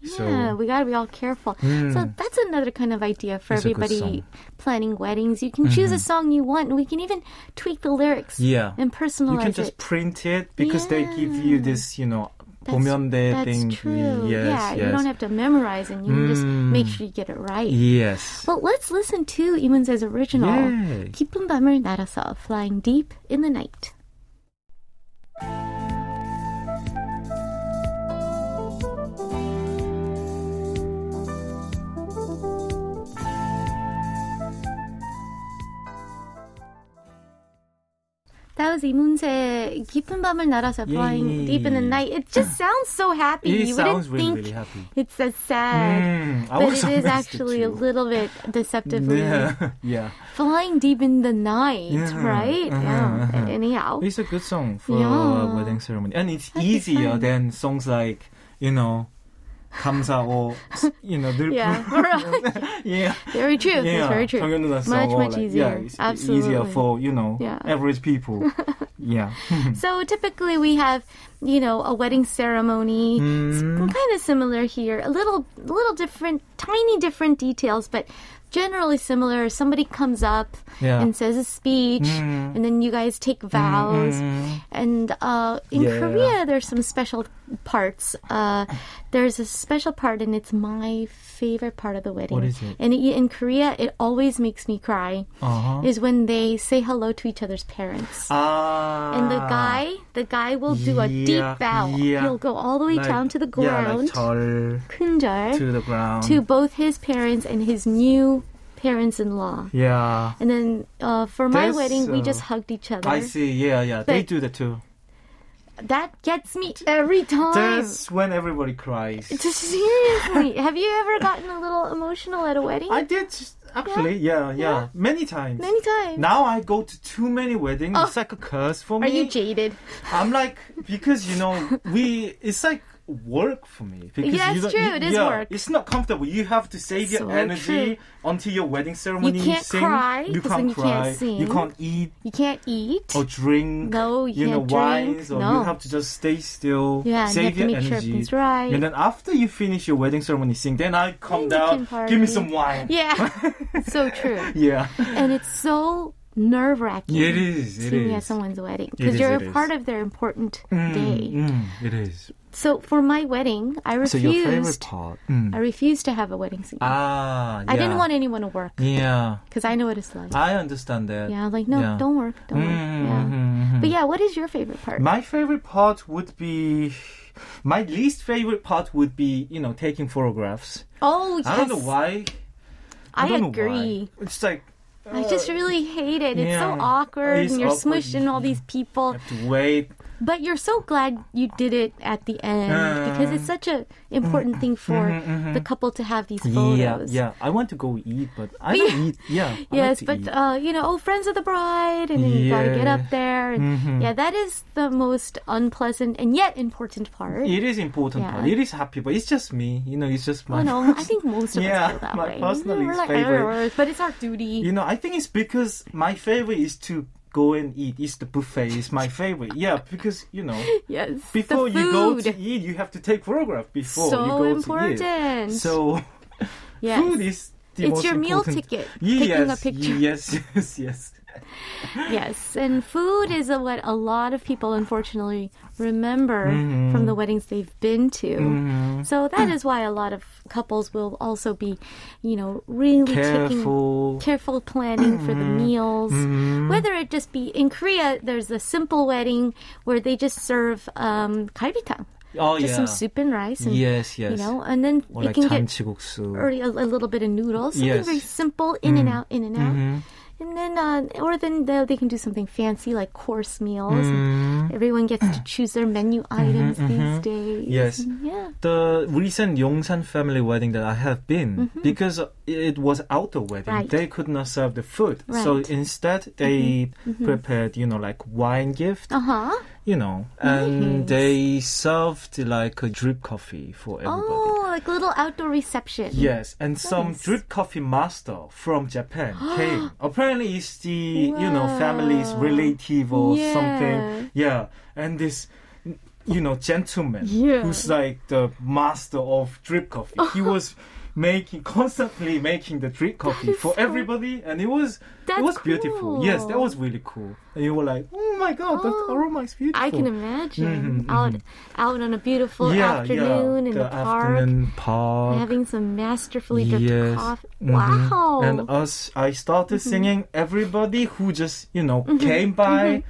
[SPEAKER 4] So
[SPEAKER 1] yeah, we gotta be all careful. So that's another kind of idea for
[SPEAKER 4] It's a good
[SPEAKER 1] everybody
[SPEAKER 4] Mm-hmm.
[SPEAKER 1] planning weddings. You can choose a song you want. and We can even tweak the lyrics
[SPEAKER 4] yeah,
[SPEAKER 1] and personalize
[SPEAKER 4] you can just
[SPEAKER 1] it.
[SPEAKER 4] print it because they give you this, you know,
[SPEAKER 1] That's-
[SPEAKER 4] 보면대
[SPEAKER 1] That's
[SPEAKER 4] thing.
[SPEAKER 1] true.
[SPEAKER 4] Yes,
[SPEAKER 1] yeah,
[SPEAKER 4] yes.
[SPEAKER 1] you don't have to memorize, and you can just make
[SPEAKER 4] Mm.
[SPEAKER 1] sure you get it right.
[SPEAKER 4] Yes.
[SPEAKER 1] Well, let's listen to Imunse's original.
[SPEAKER 4] Yay.
[SPEAKER 1] 깊은 밤을 날아서 Flying Deep in the Night. That was 이문세 깊은 밤을 날아서 Flying
[SPEAKER 4] Yay.
[SPEAKER 1] Deep in the Night. It just sounds so happy.
[SPEAKER 4] It
[SPEAKER 1] you
[SPEAKER 4] sounds
[SPEAKER 1] wouldn't
[SPEAKER 4] really
[SPEAKER 1] think
[SPEAKER 4] really happy.
[SPEAKER 1] it's a sad.
[SPEAKER 4] Mm, I
[SPEAKER 1] But
[SPEAKER 4] was
[SPEAKER 1] it is
[SPEAKER 4] amazed at
[SPEAKER 1] actually a
[SPEAKER 4] you.
[SPEAKER 1] little bit deceptively
[SPEAKER 4] Yeah, yeah.
[SPEAKER 1] flying deep in the night,
[SPEAKER 4] Yeah.
[SPEAKER 1] right?
[SPEAKER 4] Uh-huh,
[SPEAKER 1] Yeah.
[SPEAKER 4] uh-huh.
[SPEAKER 1] Anyhow,
[SPEAKER 4] It's a good song for
[SPEAKER 1] Oh. Yeah.
[SPEAKER 4] a wedding ceremony, and it's
[SPEAKER 1] That'd be
[SPEAKER 4] easier
[SPEAKER 1] fun.
[SPEAKER 4] than songs like you know, "감사" or you know, "늘
[SPEAKER 1] yeah, right.
[SPEAKER 4] yeah,
[SPEAKER 1] very true.
[SPEAKER 4] yeah,
[SPEAKER 1] That's very true. Much,
[SPEAKER 4] 정연우나 song, or
[SPEAKER 1] much
[SPEAKER 4] like-
[SPEAKER 1] easier.
[SPEAKER 4] Yeah, it's e-, easier
[SPEAKER 1] Absolutely.
[SPEAKER 4] for you know
[SPEAKER 1] Yeah.
[SPEAKER 4] average people. yeah,
[SPEAKER 1] So typically we have, you know, a wedding ceremony.
[SPEAKER 4] Mm-hmm.
[SPEAKER 1] It's kind of similar here. A little, little different, tiny different details, but generally similar. Somebody comes up
[SPEAKER 4] Yeah.
[SPEAKER 1] and says a speech,
[SPEAKER 4] Mm.
[SPEAKER 1] and then you guys take vows. And uh, in
[SPEAKER 4] Yeah.
[SPEAKER 1] Korea, there's some special parts. Uh, there's a special part, and it's my favorite part of the wedding.
[SPEAKER 4] What is it?
[SPEAKER 1] And it, in Korea, it always makes me cry.
[SPEAKER 4] uh huh.
[SPEAKER 1] Is when they say hello to each other's parents.
[SPEAKER 4] Ah,
[SPEAKER 1] And the guy, the guy will do a
[SPEAKER 4] Yeah,
[SPEAKER 1] deep bow.
[SPEAKER 4] yeah.
[SPEAKER 1] He'll go all the way
[SPEAKER 4] like-
[SPEAKER 1] down to the
[SPEAKER 4] yeah,
[SPEAKER 1] ground,
[SPEAKER 4] like 절
[SPEAKER 1] kunjar, to,
[SPEAKER 4] to the ground.
[SPEAKER 1] both his parents and his new parents-in-law.
[SPEAKER 4] yeah,
[SPEAKER 1] And then uh, for my
[SPEAKER 4] This,
[SPEAKER 1] wedding, we
[SPEAKER 4] uh,
[SPEAKER 1] just hugged each other.
[SPEAKER 4] I see. Yeah, yeah, they
[SPEAKER 1] But-
[SPEAKER 4] do that too.
[SPEAKER 1] That gets me every time.
[SPEAKER 4] That's when everybody cries.
[SPEAKER 1] Just Seriously, have you ever gotten a little emotional at a wedding?
[SPEAKER 4] I did actually. Yeah, yeah,
[SPEAKER 1] Yeah.
[SPEAKER 4] many times.
[SPEAKER 1] Many times. Oh.
[SPEAKER 4] Now I go to too many weddings. It's like a curse for
[SPEAKER 1] Are
[SPEAKER 4] me.
[SPEAKER 1] you jaded?
[SPEAKER 4] I'm like because you know we. It's like work for me because
[SPEAKER 1] Yeah, it's
[SPEAKER 4] you don't-
[SPEAKER 1] true,
[SPEAKER 4] you-
[SPEAKER 1] it is
[SPEAKER 4] yeah,
[SPEAKER 1] work.
[SPEAKER 4] It's not comfortable. You have to save
[SPEAKER 1] So
[SPEAKER 4] your energy until your wedding ceremony.
[SPEAKER 1] can't
[SPEAKER 4] sing.
[SPEAKER 1] cry,
[SPEAKER 4] You
[SPEAKER 1] 'cause
[SPEAKER 4] can't
[SPEAKER 1] then you can't
[SPEAKER 4] cry. You
[SPEAKER 1] sing.
[SPEAKER 4] can't eat
[SPEAKER 1] You can't eat.
[SPEAKER 4] or drink.
[SPEAKER 1] No, you
[SPEAKER 4] Oh, you know
[SPEAKER 1] can't drink.
[SPEAKER 4] wines, or
[SPEAKER 1] No.
[SPEAKER 4] you have to just stay still.
[SPEAKER 1] Yeah, and you
[SPEAKER 4] save
[SPEAKER 1] have to
[SPEAKER 4] your
[SPEAKER 1] make sure
[SPEAKER 4] energy.
[SPEAKER 1] everything's right.
[SPEAKER 4] And then after you finish your wedding ceremony, sing. Then I come
[SPEAKER 1] Then you
[SPEAKER 4] down.
[SPEAKER 1] can
[SPEAKER 4] Give me
[SPEAKER 1] party.
[SPEAKER 4] some wine.
[SPEAKER 1] Yeah, it's so true.
[SPEAKER 4] Yeah,
[SPEAKER 1] And it's so nerve wracking.
[SPEAKER 4] it is. It
[SPEAKER 1] Singing at
[SPEAKER 4] is.
[SPEAKER 1] someone's wedding
[SPEAKER 4] It
[SPEAKER 1] because
[SPEAKER 4] is,
[SPEAKER 1] you're
[SPEAKER 4] it
[SPEAKER 1] a
[SPEAKER 4] is.
[SPEAKER 1] part of their important day.
[SPEAKER 4] Mm, it is.
[SPEAKER 1] So for my wedding, I refused.
[SPEAKER 4] So your favorite part? Mm.
[SPEAKER 1] I refused to have a wedding singer.
[SPEAKER 4] Ah,
[SPEAKER 1] I didn't
[SPEAKER 4] yeah.
[SPEAKER 1] want anyone to work
[SPEAKER 4] Yeah,
[SPEAKER 1] because I know what it's like.
[SPEAKER 4] I understand that. Mm,
[SPEAKER 1] yeah, like no,
[SPEAKER 4] yeah. Mm-hmm,
[SPEAKER 1] don't work, don't work. Yeah. But yeah, what is your favorite part?
[SPEAKER 4] mm, My favorite part would be. My least favorite part would be, you know, taking photographs.
[SPEAKER 1] oh yes,
[SPEAKER 4] I don't know why.
[SPEAKER 1] I
[SPEAKER 4] don't know why.
[SPEAKER 1] agree.
[SPEAKER 4] It's like
[SPEAKER 1] I just really hate it. It's
[SPEAKER 4] Yeah.
[SPEAKER 1] so awkward,
[SPEAKER 4] It's
[SPEAKER 1] and you're
[SPEAKER 4] awkward.
[SPEAKER 1] smushed in all these people.
[SPEAKER 4] I have to wait.
[SPEAKER 1] But you're so glad you did it at the end because
[SPEAKER 4] Mm.
[SPEAKER 1] it's such an important thing for the couple to have these photos.
[SPEAKER 4] Mm-hmm. Yeah, yeah. I want to go eat, but I don't eat. Yeah. I like
[SPEAKER 1] Yes,
[SPEAKER 4] to
[SPEAKER 1] but
[SPEAKER 4] eat.
[SPEAKER 1] uh, you know, oh, friends of the bride, and then you gotta get
[SPEAKER 4] Yeah.
[SPEAKER 1] up there. And,
[SPEAKER 4] Mm-hmm.
[SPEAKER 1] Yeah, that is the most unpleasant and yet important part.
[SPEAKER 4] it is important
[SPEAKER 1] yeah.
[SPEAKER 4] part. It is happy, but it's just me. You know, it's just my.
[SPEAKER 1] Oh no, I think most of us
[SPEAKER 4] Yeah,
[SPEAKER 1] feel that
[SPEAKER 4] my
[SPEAKER 1] way.
[SPEAKER 4] personal
[SPEAKER 1] We're like,
[SPEAKER 4] favorite.
[SPEAKER 1] "Arr," but it's our duty.
[SPEAKER 4] You know, I think it's because my favorite is to go and eat. It's the buffet. It's my favorite. Yeah, because you know,
[SPEAKER 1] yes,
[SPEAKER 4] before
[SPEAKER 1] the food.
[SPEAKER 4] you go to eat, you have to take photograph before
[SPEAKER 1] so
[SPEAKER 4] you go to
[SPEAKER 1] important.
[SPEAKER 4] eat. So
[SPEAKER 1] yes.
[SPEAKER 4] food is the
[SPEAKER 1] It's
[SPEAKER 4] most
[SPEAKER 1] your meal
[SPEAKER 4] important.
[SPEAKER 1] ticket,
[SPEAKER 4] Yes,
[SPEAKER 1] taking a picture.
[SPEAKER 4] Yes, yes, yes.
[SPEAKER 1] Yes, and food is a, what a lot of people unfortunately remember
[SPEAKER 4] Mm-hmm.
[SPEAKER 1] from the weddings they've been to. So that is why a lot of couples will also be, you know, really taking
[SPEAKER 4] Careful. Mm-hmm.
[SPEAKER 1] careful planning for the meals. Whether it just be in Korea, there's a simple wedding where they just serve um, 갈비탕,
[SPEAKER 4] oh
[SPEAKER 1] just
[SPEAKER 4] yeah.
[SPEAKER 1] some soup and rice. And,
[SPEAKER 4] Yes, yes.
[SPEAKER 1] You know, and then
[SPEAKER 4] Or
[SPEAKER 1] it
[SPEAKER 4] like
[SPEAKER 1] can get
[SPEAKER 4] 잔치국수.
[SPEAKER 1] or a, a little bit of noodles, something
[SPEAKER 4] Yes. Mm-hmm.
[SPEAKER 1] very simple, in and out, in and out. And then, uh, or then they, they can do something fancy like course meals.
[SPEAKER 4] Mm-hmm.
[SPEAKER 1] and Everyone gets to choose their menu items these days.
[SPEAKER 4] Yes.
[SPEAKER 1] And yeah.
[SPEAKER 4] the recent Yongsan family wedding that I have been because it was outdoor wedding.
[SPEAKER 1] Mm-hmm. Right.
[SPEAKER 4] They could not serve the food, so
[SPEAKER 1] Right. Mm-hmm.
[SPEAKER 4] instead they prepared, you know, like wine gift,
[SPEAKER 1] Uh huh.
[SPEAKER 4] you know, and they served like a drip coffee for everybody.
[SPEAKER 1] Oh, like little outdoor reception.
[SPEAKER 4] Yes, and some
[SPEAKER 1] Nice.
[SPEAKER 4] drip coffee master from Japan came. Apparently, it's the you know family's relative or something. Yeah, and this you know gentleman
[SPEAKER 1] Yeah.
[SPEAKER 4] who's like the master of drip coffee. he was making constantly making the drip coffee
[SPEAKER 1] is
[SPEAKER 4] for
[SPEAKER 1] so-
[SPEAKER 4] everybody, and it was
[SPEAKER 1] That's
[SPEAKER 4] it was beautiful. Yes, that
[SPEAKER 1] cool.
[SPEAKER 4] was really cool. And you were like, oh my god, that
[SPEAKER 1] Oh,
[SPEAKER 4] aroma is beautiful. Mm-hmm,
[SPEAKER 1] I can imagine out out on a beautiful
[SPEAKER 4] yeah,
[SPEAKER 1] afternoon
[SPEAKER 4] yeah,
[SPEAKER 1] in
[SPEAKER 4] the,
[SPEAKER 1] the, park,
[SPEAKER 4] afternoon park.
[SPEAKER 1] having some masterfully dripped
[SPEAKER 4] Yes.
[SPEAKER 1] coffee.
[SPEAKER 4] Mhm.
[SPEAKER 1] Wow. Mm-hmm.
[SPEAKER 4] And us, I started singing. Everybody who just you know came by,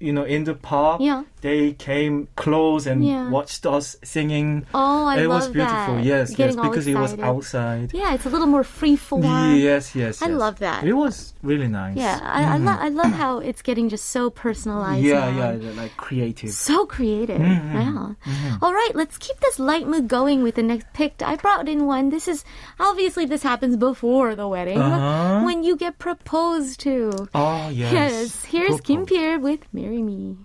[SPEAKER 4] you know, in the park,
[SPEAKER 1] Mm-hmm. Yeah.
[SPEAKER 4] they came close and
[SPEAKER 1] Yeah.
[SPEAKER 4] watched us singing.
[SPEAKER 1] oh, I
[SPEAKER 4] it
[SPEAKER 1] love
[SPEAKER 4] was beautiful.
[SPEAKER 1] that.
[SPEAKER 4] Yes,
[SPEAKER 1] Getting
[SPEAKER 4] yes,
[SPEAKER 1] all
[SPEAKER 4] because it was
[SPEAKER 1] excited.
[SPEAKER 4] outside.
[SPEAKER 1] Yeah, it's a little more free form.
[SPEAKER 4] Yes, yes.
[SPEAKER 1] I
[SPEAKER 4] yes.
[SPEAKER 1] love that.
[SPEAKER 4] It was really nice.
[SPEAKER 1] Yeah, I, I, lo- I love how it's getting just so personalized.
[SPEAKER 4] Mm-hmm. yeah,
[SPEAKER 1] now.
[SPEAKER 4] yeah, they're, like creative.
[SPEAKER 1] So creative. Wow. All right, let's keep this light mood going with the next pick. I brought in one. This is obviously this happens before the wedding
[SPEAKER 4] Uh-huh.
[SPEAKER 1] when you get proposed to.
[SPEAKER 4] Oh yes.
[SPEAKER 1] Yes. Here's Kim
[SPEAKER 4] Purple.
[SPEAKER 1] Pierre with "Marry Me."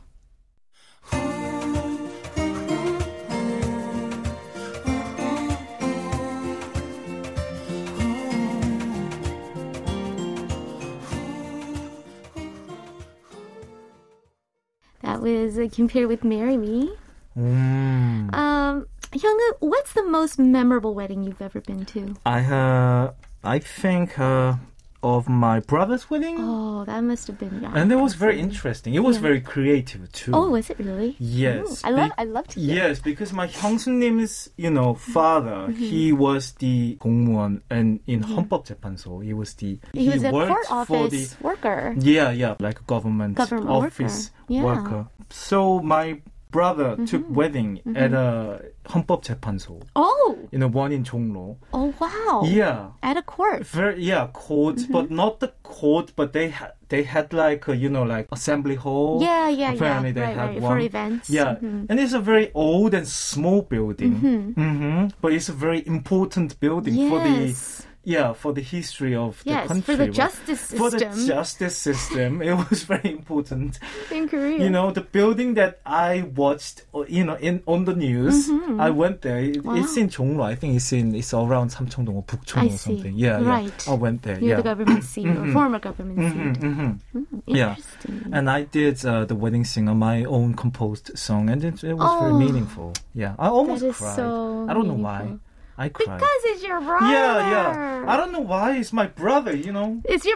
[SPEAKER 1] That was uh, Kim Pierre with "Marry Me."
[SPEAKER 4] Mm.
[SPEAKER 1] Um, Young, what's the most memorable wedding you've ever been to?
[SPEAKER 4] I uh, I think uh, of my brother's wedding.
[SPEAKER 1] Oh, that must have been yeah.
[SPEAKER 4] And that was very interesting. It was very creative too.
[SPEAKER 1] oh, was it really?
[SPEAKER 4] Yes.
[SPEAKER 1] Ooh, I love.
[SPEAKER 4] be-
[SPEAKER 1] I love to. hear
[SPEAKER 4] Yes, because my Hyeongsunim's, you know, father,
[SPEAKER 1] Mm-hmm.
[SPEAKER 4] he was the 공무원 and in 헌법재판소, he was the
[SPEAKER 1] He, was a
[SPEAKER 4] worked
[SPEAKER 1] court
[SPEAKER 4] for the
[SPEAKER 1] office worker.
[SPEAKER 4] yeah, yeah, like a government,
[SPEAKER 1] Government
[SPEAKER 4] office
[SPEAKER 1] worker. Yeah. Mm-hmm.
[SPEAKER 4] So my brother took wedding at uh, a 헌법재판소,
[SPEAKER 1] Oh,
[SPEAKER 4] you know, one in 종로.
[SPEAKER 1] oh Mm-hmm. wow.
[SPEAKER 4] Yeah.
[SPEAKER 1] At a court.
[SPEAKER 4] Very yeah, court, but not the court, but they had they had like a, you know like assembly hall.
[SPEAKER 1] Yeah, yeah, yeah.
[SPEAKER 4] Apparently they
[SPEAKER 1] Right,
[SPEAKER 4] had
[SPEAKER 1] right, for
[SPEAKER 4] one.
[SPEAKER 1] events. Mm-hmm.
[SPEAKER 4] Yeah, and it's a very old Mm-hmm. and small building, hmm but it's a very important building for the
[SPEAKER 1] Yes.
[SPEAKER 4] yeah, for the history of the
[SPEAKER 1] Yes,
[SPEAKER 4] country.
[SPEAKER 1] for the
[SPEAKER 4] right?
[SPEAKER 1] justice
[SPEAKER 4] For the
[SPEAKER 1] system
[SPEAKER 4] justice system, it was very important.
[SPEAKER 1] in Korea.
[SPEAKER 4] You know, the building that I watched, uh, you know, in on the news,
[SPEAKER 1] Mm-hmm.
[SPEAKER 4] I went there. It, It's in Jeonglo. I think it's in it's around Samcheongdong or Bukcheong
[SPEAKER 1] I
[SPEAKER 4] or
[SPEAKER 1] see.
[SPEAKER 4] something. Yeah, yeah.
[SPEAKER 1] Right.
[SPEAKER 4] I went there.
[SPEAKER 1] near
[SPEAKER 4] yeah.
[SPEAKER 1] the government seat or former government seat.
[SPEAKER 4] hmm
[SPEAKER 1] Mm,
[SPEAKER 4] Yeah.
[SPEAKER 1] interesting.
[SPEAKER 4] And I did uh, the wedding singer, my own composed song, and it, it was very
[SPEAKER 1] Oh.
[SPEAKER 4] meaningful. Yeah, I almost
[SPEAKER 1] That is
[SPEAKER 4] cried.
[SPEAKER 1] so
[SPEAKER 4] I don't know why.
[SPEAKER 1] meaningful.
[SPEAKER 4] I cried.
[SPEAKER 1] Because it's your brother.
[SPEAKER 4] yeah, yeah. I don't know why. It's my brother, you know.
[SPEAKER 1] It's your